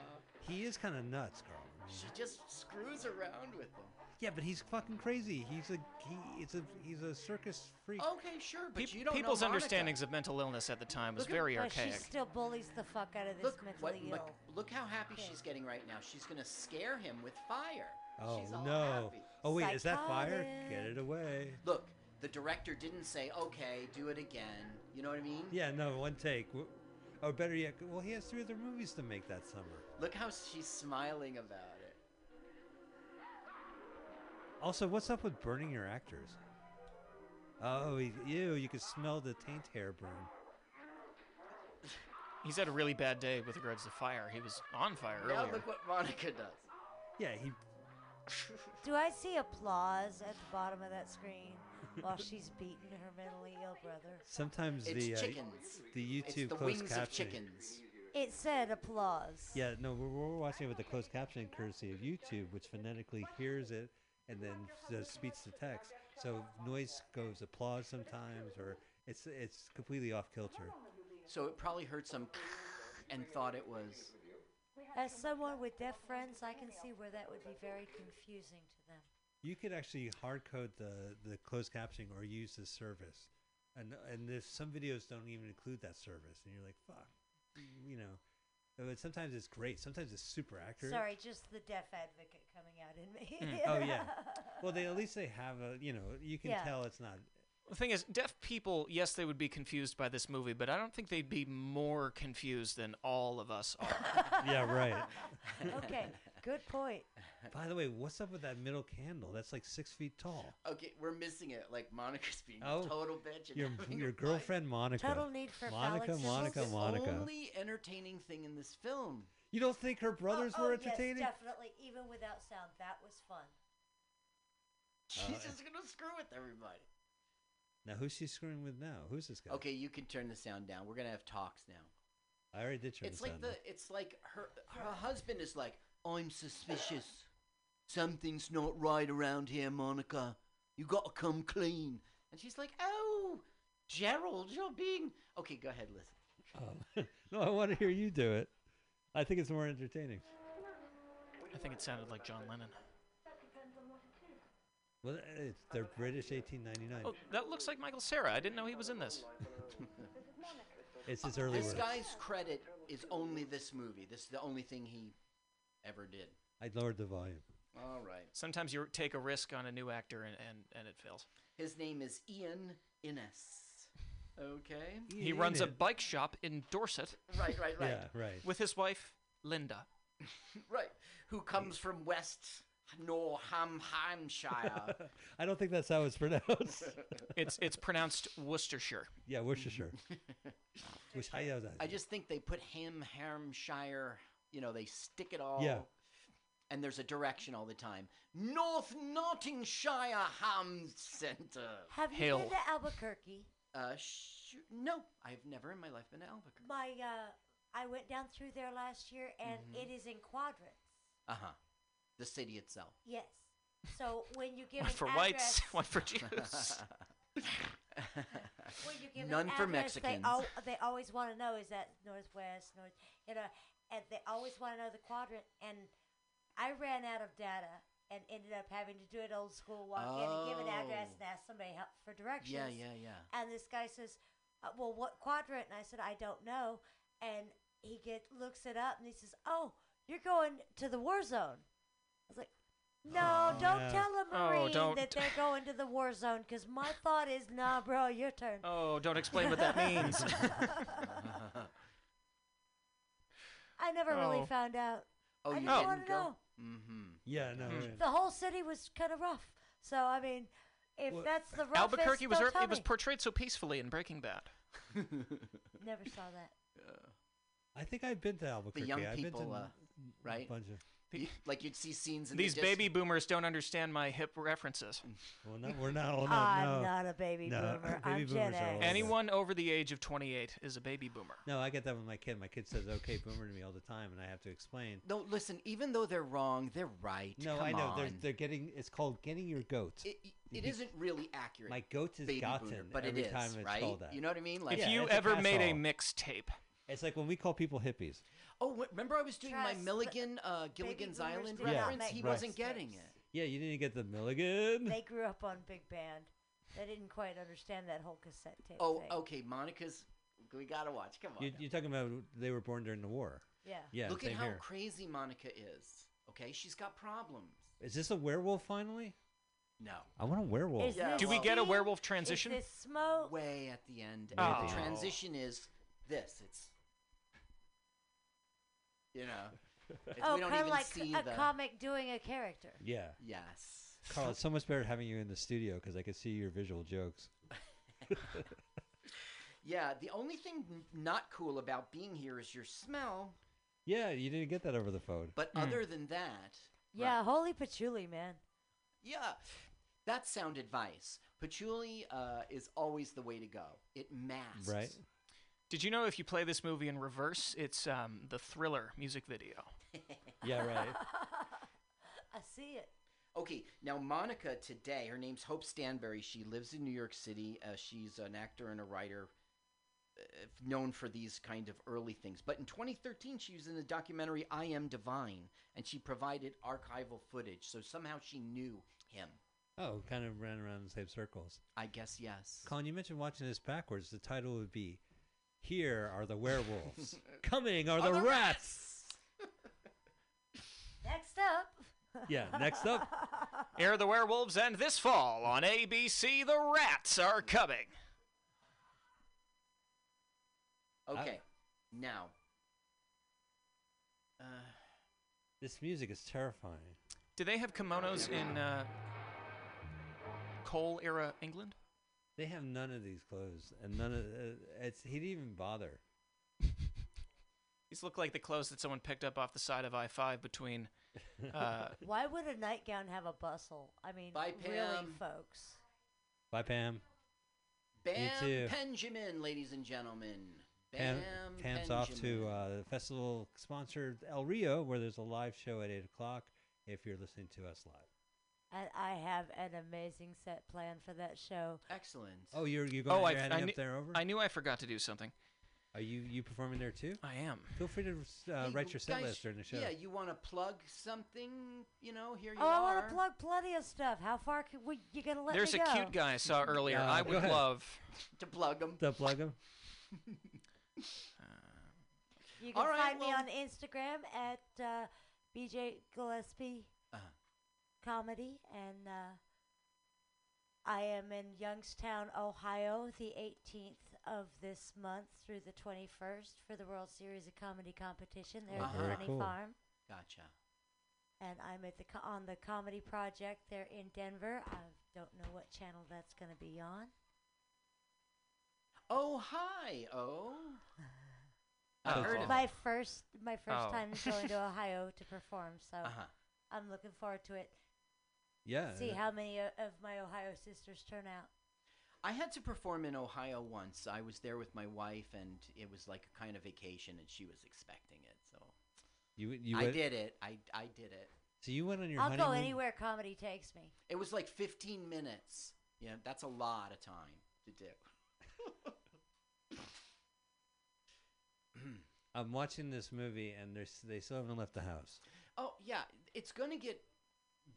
he is kind of nuts, Carl. I mean, She just screws around with them. Yeah, but he's fucking crazy. He's a he, it's a he's a circus freak. Okay, sure, but Peop- you don't people's know Monica. understandings of mental illness at the time was Look at- very But she archaic. still bullies the fuck out of this Look what mentally Ma- ill. look how happy Okay. she's getting right now. She's gonna scare him with fire. Oh she's all no! happy. Oh wait, is that fire? Psychotic. Get it away! Look, The director didn't say, "Okay, do it again." You know what I mean? Yeah, no, one take. W- Or better yet, well, he has three other movies to make that summer. Look how she's smiling about it. Also, what's up with burning your actors? Oh, he- ew! You could smell the taint hair burn. He's had a really bad day with regards to fire. He was on fire Now earlier. look what Monica does. Yeah, he. Do I see applause at the bottom of that screen while she's beating her mentally ill brother? Sometimes It's the uh, chickens. the YouTube It's the closed wings captioning. of chickens. It said applause. Yeah, no, we're, we're watching it with the closed captioning courtesy of YouTube, which phonetically hears it and then does speech to text. So noise goes applause sometimes, or it's it's completely off kilter. So it probably heard some and thought it was. As someone with deaf friends, I can see where that would be very confusing to them. You could actually hard code the the closed captioning or use this service, and and there's some videos don't even include that service, and you're like, fuck, you know. But sometimes it's great. Sometimes it's super accurate. Sorry, just the deaf advocate coming out in me. oh yeah. Well, they at least they have a you know you can Yeah. tell it's not The thing is, deaf people, yes, they would be confused by this movie, but I don't think they'd be more confused than all of us are. yeah, right. okay, good point. By the way, what's up with that middle candle? That's like six feet tall. Okay, we're missing it. Like Monica's being Oh, a total bitch. And Your having your a girlfriend Monica. Total need for Monica, phallic Monica, symbols. Monica. only entertaining thing in this film. You don't think her brothers oh, were oh, entertaining? Yes, definitely. Even without sound, that was fun. She's Uh, just gonna screw with everybody. now who's she screwing with now? Who's this guy? Okay, you can turn the sound down. We're gonna have talks now. I already did turn it's this like down. the. It's like her. Her husband is like, I'm suspicious. Something's not right around here, Monica. You gotta come clean. And she's like, Oh, Gerald, you're being okay. Go ahead, listen. Um, no, I want to hear you do it. I think it's more entertaining. I think it sounded like John Lennon. Well, uh, it's, they're British 1899. Oh, that looks like Michael Sarah. I didn't know he was in this. It's his early this work. guy's credit is only this movie. This is the only thing he ever did. I lowered the volume. All right. Sometimes you take a risk on a new actor and, and, and it fails. His name is Ian Innes. Okay. He runs a bike shop in Dorset Right, right, right. Yeah, right. with his wife, Linda. Right. Who comes from West Northamptonshire. I don't think that's how it's pronounced. It's it's pronounced Worcestershire. yeah, Worcestershire. Which I, yeah, I just think they put ham, Hamshire, you know, they stick it all. Yeah. And there's a direction all the time. North Nottinghamshire Ham Centre. Have you Hill. been to Albuquerque? Uh, sh- no, I've never in my life been to Albuquerque. My, uh, I went down through there last year, and Mm-hmm. Mhm. it is in quadrants. Uh huh. The city itself. Yes. So when you give One an for whites, address- one for Jews. when you give an None for address, Mexicans. They, al- they always want to know is that northwest, north, you know, and they always want to know the quadrant. And I ran out of data and ended up having to do it old school, walk in and give an address Oh. and ask somebody help for directions. Yeah, yeah, yeah. And this guy says, uh, "Well, what quadrant?" And I said, "I don't know." And he get looks it up and he says, "Oh, you're going to the war zone." I was like, "No, Oh, don't yeah. tell a Oh, marine don't- that they're going to the war zone." Because my thought is, "Nah, bro, your turn." Oh, don't explain what that means. I never really Oh. found out. Oh, I you just didn't wanna go? know. Mm-hmm. yeah, no. Hmm. right. The whole city was kind of rough. So I mean, if Well, that's the roughest, Albuquerque was don't ear- tell it was me. portrayed so peacefully in Breaking Bad. Mm-hmm. never saw that. I think I've been to Albuquerque. young I've been people, to uh, right? A bunch of. You- like you'd see scenes. And they These just- baby boomers don't understand my hip references. Well, no, we're not. Oh, no, I'm no. not a baby No, boomer. baby I'm boomers Gen are X. Oh, old. Anyone over the age of 28 is a baby boomer. No, I get that with my kid. My kid says "okay, boomer" to me all the time, and I have to explain. No, listen. Even though they're wrong, they're right. No, Come I know they're, on. they're getting. It's called getting your goat. It, it He- isn't really accurate. My goat is baby gotten boomer, but every it is, time it's right? called that. You know what I mean? Like, if Yeah, you it's a ever made a catch-all. mixtape, it's like when we call people hippies. oh, wh- remember I was doing Trust my the Milligan, uh, baby Gilligan's boomers Island did not reference? make He Right. wasn't getting mistakes. it. Yeah, you didn't get the Milligan. They grew up on big band. They didn't quite understand that whole cassette tape. Oh, thing. okay. Monica's. We gotta watch. Come on. you, now. you're talking about they were born during the war. Yeah. Yeah, Look same at how here. crazy Monica is. Okay, she's got problems. Is this a werewolf finally? No. I want a werewolf. Is this Do we get a steam? werewolf Is transition? this smoke? Way at the end. Way at And the The end. transition is this. It's you know. it's- oh, we don't kind of even like see a the comic doing a character. Yeah. Yes. Carl, it's so much better having you in the studio because I could see your visual jokes. Yeah, the only thing n- not cool about being here is your smell. yeah, you didn't get that over the phone. But other than that, Yeah, holy patchouli, man. yeah, that's sound advice. Patchouli uh, is always the way to go. It masks. Did you know if you play this movie in reverse, it's um, the Thriller music video? Yeah, right. I see it. Okay, now Monica today, her name's Hope Stanberry. She lives in New York City. Uh, she's an actor and a writer uh, known for these kind of early things. But in 2013, she was in the documentary I Am Divine, and she provided archival footage. So somehow she knew him. Oh, kind of ran around in the same circles. I guess yes. Colin, you mentioned watching this backwards. The title would be Here Are the Werewolves. Coming are, the, rats. Next up. Yeah, next up. Air the Werewolves, and this fall on ABC, The Rats Are Coming. Okay, now. Uh, This music is terrifying. Do they have kimonos in uh, coal era England? They have none of these clothes, and none of uh, it's. He didn't even bother. These look like the clothes that someone picked up off the side of I 5 between. Uh, Why would a nightgown have a bustle? I mean, Bye, really, Pam. folks. Bye, Pam. too. Bam Benjamin, ladies and gentlemen. Bam Pam, Pam's off to uh, the festival sponsored El Rio, where there's a live show at eight o'clock. If you're listening to us live. And I have an amazing set plan for that show. Excellent. Oh, you're you going? oh, I, you're heading I, up knew, there over. I knew I forgot to do something. Are you you performing there too? I am. Feel free to uh, Hey, write your set guys, list during the show. Yeah, you want to plug something? You know, here you Oh, I are. want to plug plenty of stuff. How far can we, you gonna let There's me a go? cute guy I saw earlier. Uh, I go would ahead. love. to plug them. To plug him. You can All right, find me well- on Instagram at uh, BJ Gillespie Uh-huh. Comedy, and uh, I am in Youngstown, Ohio, the 18th of this month through the 21st for the World Series of Comedy competition there at Oh, the very Honey cool. Farm. Gotcha. And I'm at the co- on the comedy project there in Denver. I don't know what channel that's going to be on. Oh, hi. Oh. Uh-huh. Oh, I heard wow. of My first my first Oh. time going to Ohio to perform, so Uh-huh. I'm looking forward to it. Yeah. See how many o- of my Ohio sisters turn out. I had to perform in Ohio once. I was there with my wife, and it was like a kind of vacation, and she was expecting it. So you you I went, did it. I, I did it. So you went on your I'll go honeymoon. anywhere comedy takes me. It was like 15 minutes. Yeah, that's a lot of time to do. I'm watching this movie, and there's they still haven't left the house. Oh, yeah. It's going to get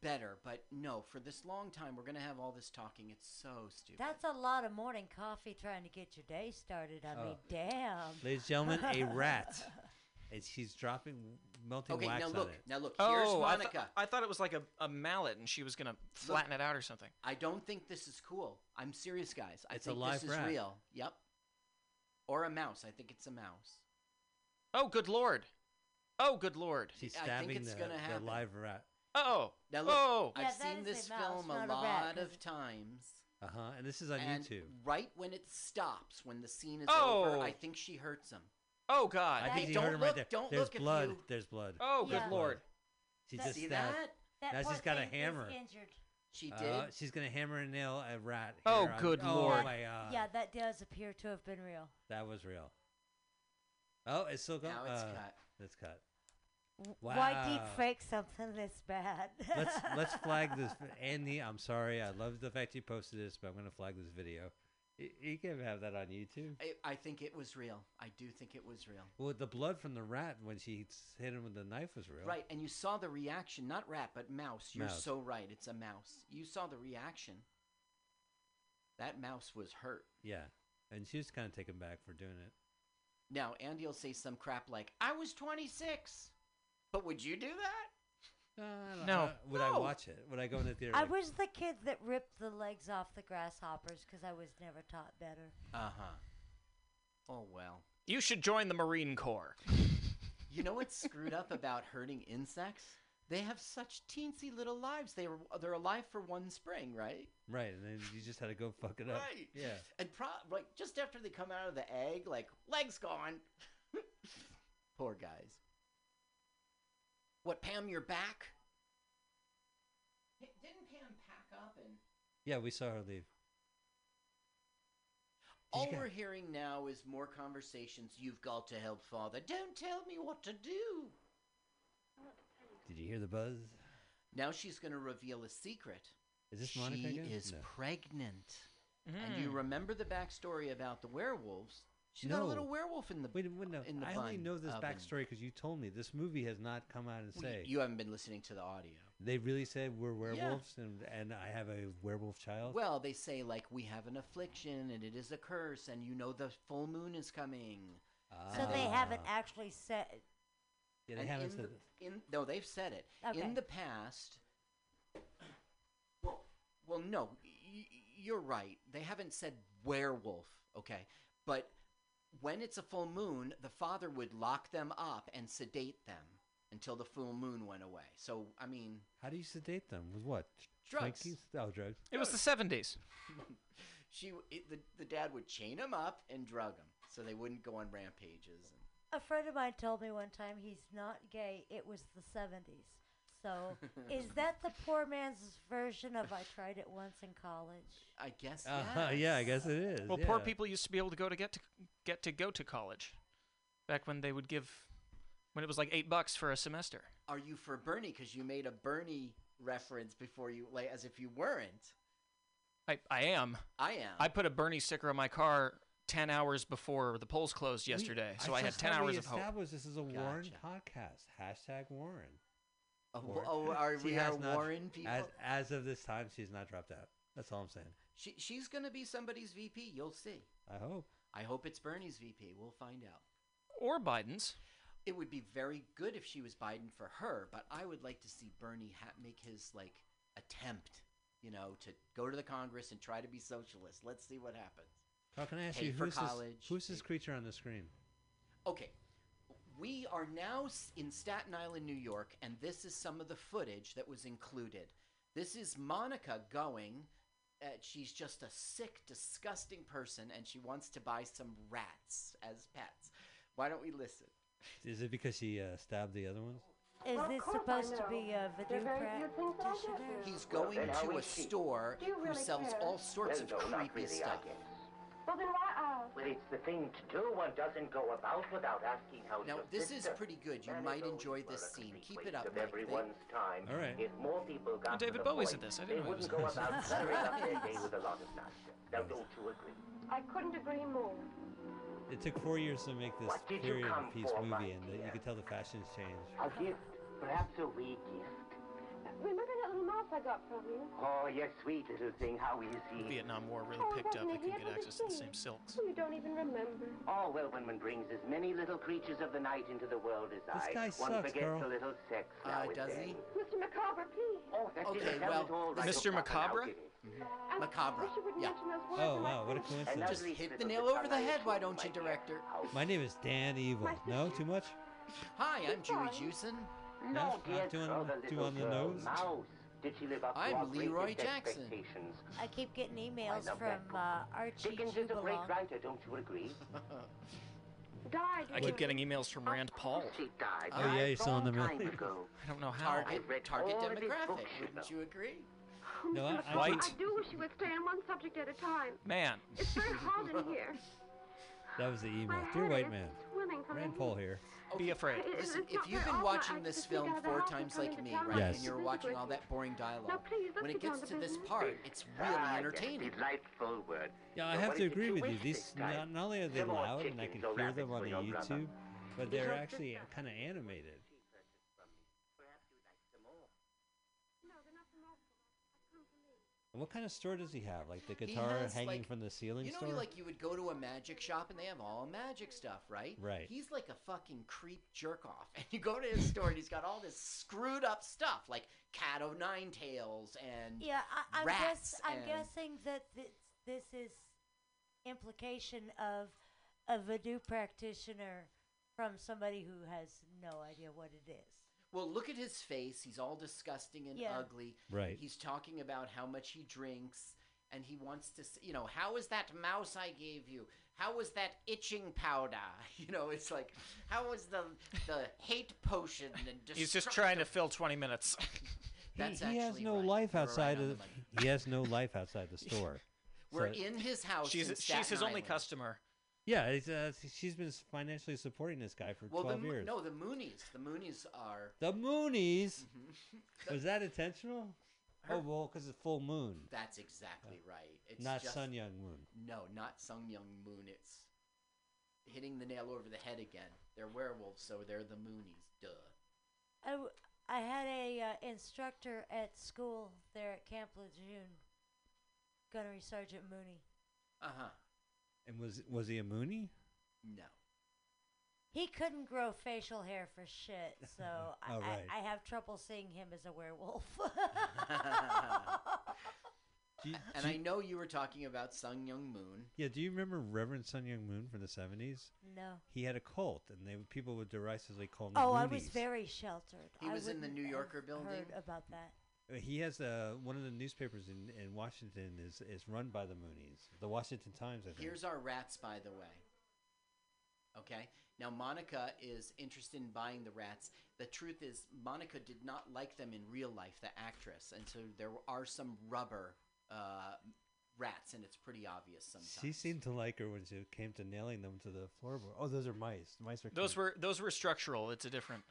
better, but no, for this long time, we're going to have all this talking. It's so stupid. That's a lot of morning coffee trying to get your day started. I Oh. mean, damn. Ladies and gentlemen, a rat. It's, she's dropping melting Okay, wax now on look. it. Now look. Here's Oh, I, Monica. th- I thought it was like a, a mallet and she was going to flatten it out or something. I don't think this is cool. I'm serious, guys. I It's a think live this rat. is real. Yep. Or a mouse. I think it's a mouse. Oh, good lord. Oh, good lord. She's I think stabbing it's the, gonna the happen. live rat. Oh. Now look, oh. Yeah, I've that seen is a this mouse, film a not a rat, lot 'cause of it- times. Uh huh. And this is on and YouTube. right when it stops, when the scene is Oh. over, I think she hurts him. Oh God. I That- think you Don't heard him right look, there. don't There's look if blood. you- There's blood. oh good Yeah. lord. She That- just See stabbed. that? That Now poor she's got a thing is hammer. injured. She did. Uh, she's gonna hammer and nail a rat. Oh, here on- good Oh lord. my god. Yeah, that does appear to have been real. That was real. Oh, it's still going. Now it's uh, cut. It's cut. W- Why deep Wow. fake something this bad? Let's let's flag this, Andy. I'm sorry. I love the fact you posted this, but I'm gonna flag this video. Y- You can have that on YouTube. I, I think it was real. I do think it was real. Well, the blood from the rat when she s- hit him with the knife was real. Right, and you saw the reaction, not rat, but mouse. You're Mouse. so right. It's a mouse. You saw the reaction. That mouse was hurt. Yeah, and she was kind of taken back for doing it. Now, Andy will say some crap like, I was 26. But would you do that? Uh, I don't- I No. don't- Would I No. watch it? Would I go in the theater? I like, was the kid that ripped the legs off the grasshoppers because I was never taught better. Uh Uh-huh. huh. Oh well. You should join the Marine Corps. You know what's screwed up about hurting insects? They have such teensy little lives. They were they're alive for one spring, right? Right, and then you just had to go fuck it up. Right. Yeah. And pro- like just after they come out of the egg, like legs gone. Poor guys. What Pam? You're back. Hey, Didn't Pam pack up and? Yeah, we saw her leave. All we're hearing now is more conversations. You've got to help father. Don't tell me what to do. Did you hear the buzz? Now she's going to reveal a secret. Is this she Monica again? is No. pregnant. Mm. And you remember the backstory about the werewolves? She's got a No. little werewolf in the Wait, wait, no. in the I only bun know this oven. backstory because you told me this movie has not come out and Well, y- say You haven't been listening to the audio. they really said we're werewolves and and I have a werewolf child. Well, they say like we have an affliction and it is a curse, and you know the full moon is coming. So they haven't Ah. actually said. Yeah, they And haven't in said the- in no, they've said it. Okay. In the past, well, well, no, y- y- you're right. They haven't said werewolf, okay? But when it's a full moon, the father would lock them up and sedate them until the full moon went away. So, I mean, How do you sedate them? With what? Drugs. Twinkies? Oh, drugs. It was the 70s. she w- it, the, the dad would chain them up and drug them so they wouldn't go on rampages. A And, friend of mine told me one time he's not gay. It was the 70s. So is that the poor man's version of I tried it once in college? I guess. Uh, yeah, I guess it is. Well, poor yeah. people used to be able to go to get to get to go to college, back when they would give, when it was like eight bucks for a semester. Are you for Bernie? Because you made a Bernie reference before you, like, as if you weren't. I I am. I am. I put a Bernie sticker on my car ten hours before the polls closed We- yesterday, so I had just ten thought we hours of hope. established This is a Warren podcast. Hashtag Warren. Oh, Warren. oh, are She we has are not- Warren people? As, as of this time, she's not dropped out. That's all I'm saying. She, she's going to be somebody's VP. You'll see. I hope. I hope it's Bernie's VP. We'll find out. Or Biden's. It would be very good if she was Biden for her, but I would like to see Bernie ha- make his like attempt, you know, to go to the Congress and try to be socialist. Let's see what happens. Carl, can I ask Pay you for who's college, this, who's this creature on the screen? Okay. We are now s- in Staten Island, New York, and this is some of the footage that was included. This is Monica going. Uh, she's just a sick, disgusting person, and she wants to buy some rats as pets. Why don't we listen? Is it because she uh, stabbed the other ones? Is this supposed to be a voodoo practitioner? He's going then how to a is she? store Do you who really sells care? all sorts No, of no, not creepy really, I stuff. guess. Well, then why are? Well, it's the thing to do. One doesn't go about without asking how Now, your this is sister. pretty good. You That is might always enjoy well this a scene. complete Keep it waste Of up, Mike. They- everyone's time. All right. If more people got to David the Bowie's point, in this. I they didn't know he wouldn't was go in this. about cluttering up their day with a lot of nonsense. Now, don't you agree? I couldn't agree more. It took four years to make this What did you period come piece for, my movie, and the, you could tell the fashions changed. A gift, perhaps a wee gift. Remember that little mouse I got from you? Oh, yes, sweet little thing. How easy. The Vietnam War really Oh, picked up. wasn't They it couldn't here get for access to the sea? same silks. Oh, You don't even remember. Oh, well, when one brings as many little creatures of the night into the world as This I, guy one sucks, forgets girl. a little sex Uh, now and does then. he? Mr. Macabre, please. Oh, that Okay, didn't sound well, at all like Mr. a proper Macabre? outfit. I Macabre. wish you wouldn't Yeah. mention those words. Oh in wow, my what a face. And Just coincidence! lovely hit the little nail over the Italian head, why food, don't my you, dear. director? How My name is Dan Evil. No, too much. Hi, I'm Jewy Jewson. No, Yeah, dear not doing- brother, doing little the girl, nose. Mouse. Did she live up I'm to our greatest Leroy Jackson. expectations? I keep getting emails love from that book. uh, Archie Dickens is a great Jubilon. writer, don't you agree? Died. I keep getting emails from Rand Paul. She died. Oh, yeah, you died saw in the long time mail. ago. I don't know how. Target, read target all of his books, demographic, you wouldn't know. you agree? No, I, I, White. I do wish you would stay on one subject at a time. Man, It's very hot in here. that was the My email. Dear head white is man, swimming from Rand the Paul heat. here. be afraid. It- it's Listen, not if you've very been often I watching get to this sneak out of film the four house and times come like into me, town right, like Yes. and you're this watching all situation. that boring dialogue, Now, please, let's when it get down gets to to this business. part, it's Ah, really yes, entertaining. delightful word. Yeah, I So have what to is it agree you with you. wish this These time? not, not only are they Some more loud and I can chickens or hear rabbits them on for the your brother? YouTube, but they're Your actually sister. kind of animated. Perhaps you like some more. No, they're not from Oxford. I've come from Leeds. And what kind of store does he have? Like the He guitar has, hanging like- from the ceiling You know, store? you, like you would go to a magic shop and they have all magic stuff, right? Right. He's like a fucking creep jerk off, and you go to his store and he's got all this screwed up stuff, like cat o' nine tails and Yeah, I, I'm, rats guess, I'm and- guessing that this, this is implication of a voodoo practitioner from somebody who has no idea what it is. Well, look at his face. He's all disgusting and Yeah. ugly. Right. He's talking about how much he drinks and he wants to, s- you know, how was that mouse I gave you? How was that itching powder? You know, it's like, how was the the hate potion and He's just trying to fill 20 minutes. He- he, has no life outside of he has no life outside the store. We're So- in his Oh, house. She's, in she's Staten his only Island. customer. Yeah, he's, uh, s- she's been s- financially supporting this guy for Well, the, 12 Mo- years. no, the Moonies. The Moonies are. The Moonies. The- Was that intentional? Her- oh, well, because it's full moon. That's exactly right. It's Not just, Sun Young Moon. No, not Sung Young Moon. It's hitting the nail over the head again. They're werewolves, so they're the Moonies. Duh. I, w- I had a uh, instructor at school there at Camp Lejeune, Gunnery Sergeant Mooney. Uh Uh-huh. huh. And was was he a Mooney? No. He couldn't grow facial hair for shit, so I, Oh, right. I, I have trouble seeing him as a werewolf. and I know you were talking about Sung Young Moon. Yeah, do you remember Reverend Sun Young Moon from the 70s? no. He had a cult, and they would- people would derisively call him the Oh, I was Moonies. very sheltered. He I was in the wouldn't New have Yorker building. Heard about that. Uh, He has uh, one of the newspapers in, in Washington is, is run by the Moonies, the Washington Times. I think. Here's our rats, by the way. Okay? Now, Monica is interested in buying the rats. The truth is, Monica did not like them in real life, the actress. And so there are some rubber uh, rats, and it's pretty obvious sometimes. she seemed to like her when she came to nailing them to the floorboard. Oh, those are mice. The mice are Those clean. were those were structural. It's a different.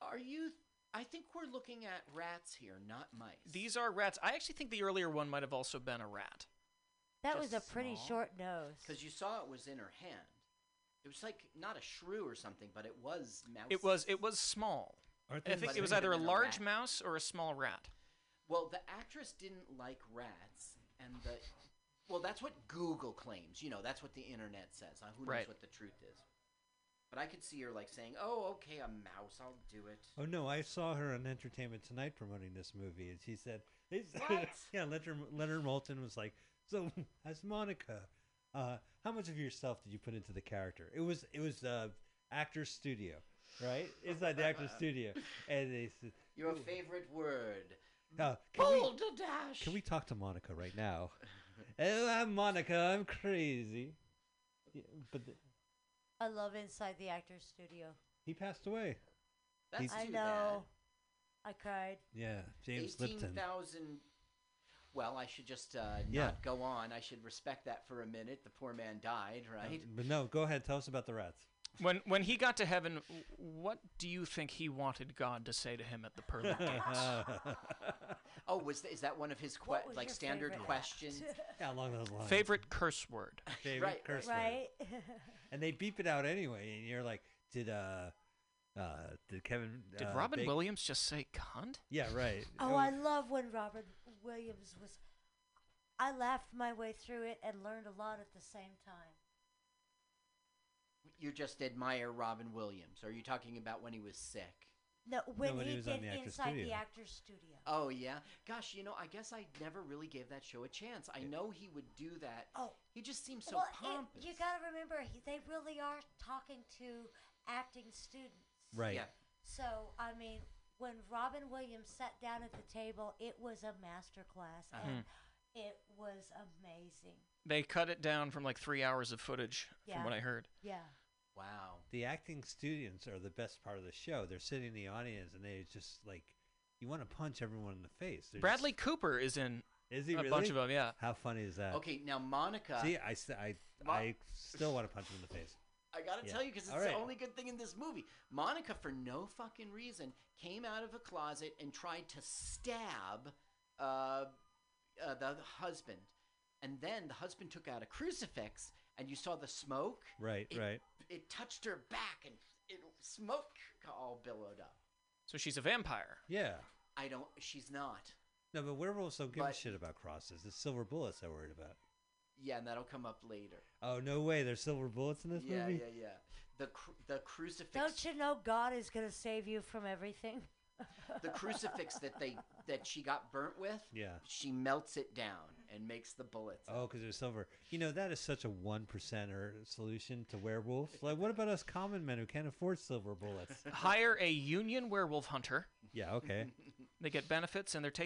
Are you. I think we're looking at rats here, not mice. These are rats. I actually think the earlier one might have also been a rat. That Just was a pretty small. short nose. Because you saw it was in her hand. It was like not a shrew or something, but it was mouse. It was it was small. Aren't I they think But it was could've either a been large rat. mouse or a small rat. Well, the actress didn't like rats, and the well, that's what Google claims. You know, that's what the internet says. Uh, Who knows Right. what the truth is? But I could see her like saying, "Oh, okay, a mouse. I'll do it." Oh no, I saw her on Entertainment Tonight promoting this movie, and she said, it's- What? "Yeah." Leonard, Leonard Moulton was like, "So, as Monica, uh, how much of yourself did you put into the character?" It was it was uh, actor's studio, right? It's like the actor's studio, and they said, Your favorite word? "Now, can we, Balderdash. can we talk to Monica right now?" oh, I'm Monica. I'm crazy, yeah, but th- I love Inside the Actors Studio. he passed away. That's He's- I too know. I cried. Yeah, bad. James Eighteen Lipton. thousand. Well, I should just uh, not Yeah. go on. I should respect that for a minute. The poor man died, Uh, right? But no, go ahead. Tell us about the rats. When when he got to heaven, w- what do you think he wanted God to say to him at the pearly gates? oh, was th- is that one of his que- was like your standard favorite questions? Yeah, along those lines. Favorite curse word. Uh, favorite Right, curse word. Right? And they beep it out anyway, and you're like, did uh, uh, did Kevin? Did uh, Robin Bacon- Williams just say cunt? Yeah, right. oh, I love when Robert Williams was. I laughed my way through it and learned a lot at the same time. You just admire Robin Williams. Are you talking about when he was sick? No, when when he, he was on did the Actors Inside the Studio. Actors Studio. Oh yeah. Gosh, you know, I guess I never really gave that show a chance. I know he would do that. Oh. He just seems so well, it- pompous. you got to remember, he, they really are talking to acting students. right. Yeah. So, I mean, when Robin Williams sat down at the table, it was a masterclass, Uh-huh. and it was amazing. They cut it down from like three hours of footage, Yeah. from what I heard. Yeah. Wow. The acting students are the best part of the show. They're sitting in the audience, and they just like, you want to punch everyone in the face. They're Bradley just- Cooper is in is he a really? bunch of them, yeah. How funny is that? Okay, now Monica. See, I, st- I, Mo- I still want to punch him in the face. I gotta Yeah. tell you because it's All the right. only good thing in this movie. Monica, for no fucking reason, came out of a closet and tried to stab uh, uh, the husband, and then the husband took out a crucifix, and you saw the smoke. Right, It- right. It touched her back, and it smoke all billowed up. So she's a vampire. Yeah. I don't. She's not. No, but werewolves don't give a But- shit about crosses. It's silver bullets they're worried about. Yeah, and that'll come up later. Oh no way! There's silver bullets in this yeah, movie. yeah, yeah. The cru- the crucifix. Don't you know God is going to save you from everything? the crucifix that they that she got burnt with. Yeah. She melts it down and makes the bullets. Oh, because there's silver. You know that is such a one percenter solution to werewolves. Like, what about us common men who can't afford silver bullets? Hire a union werewolf hunter. Yeah, okay. They get benefits and they're taken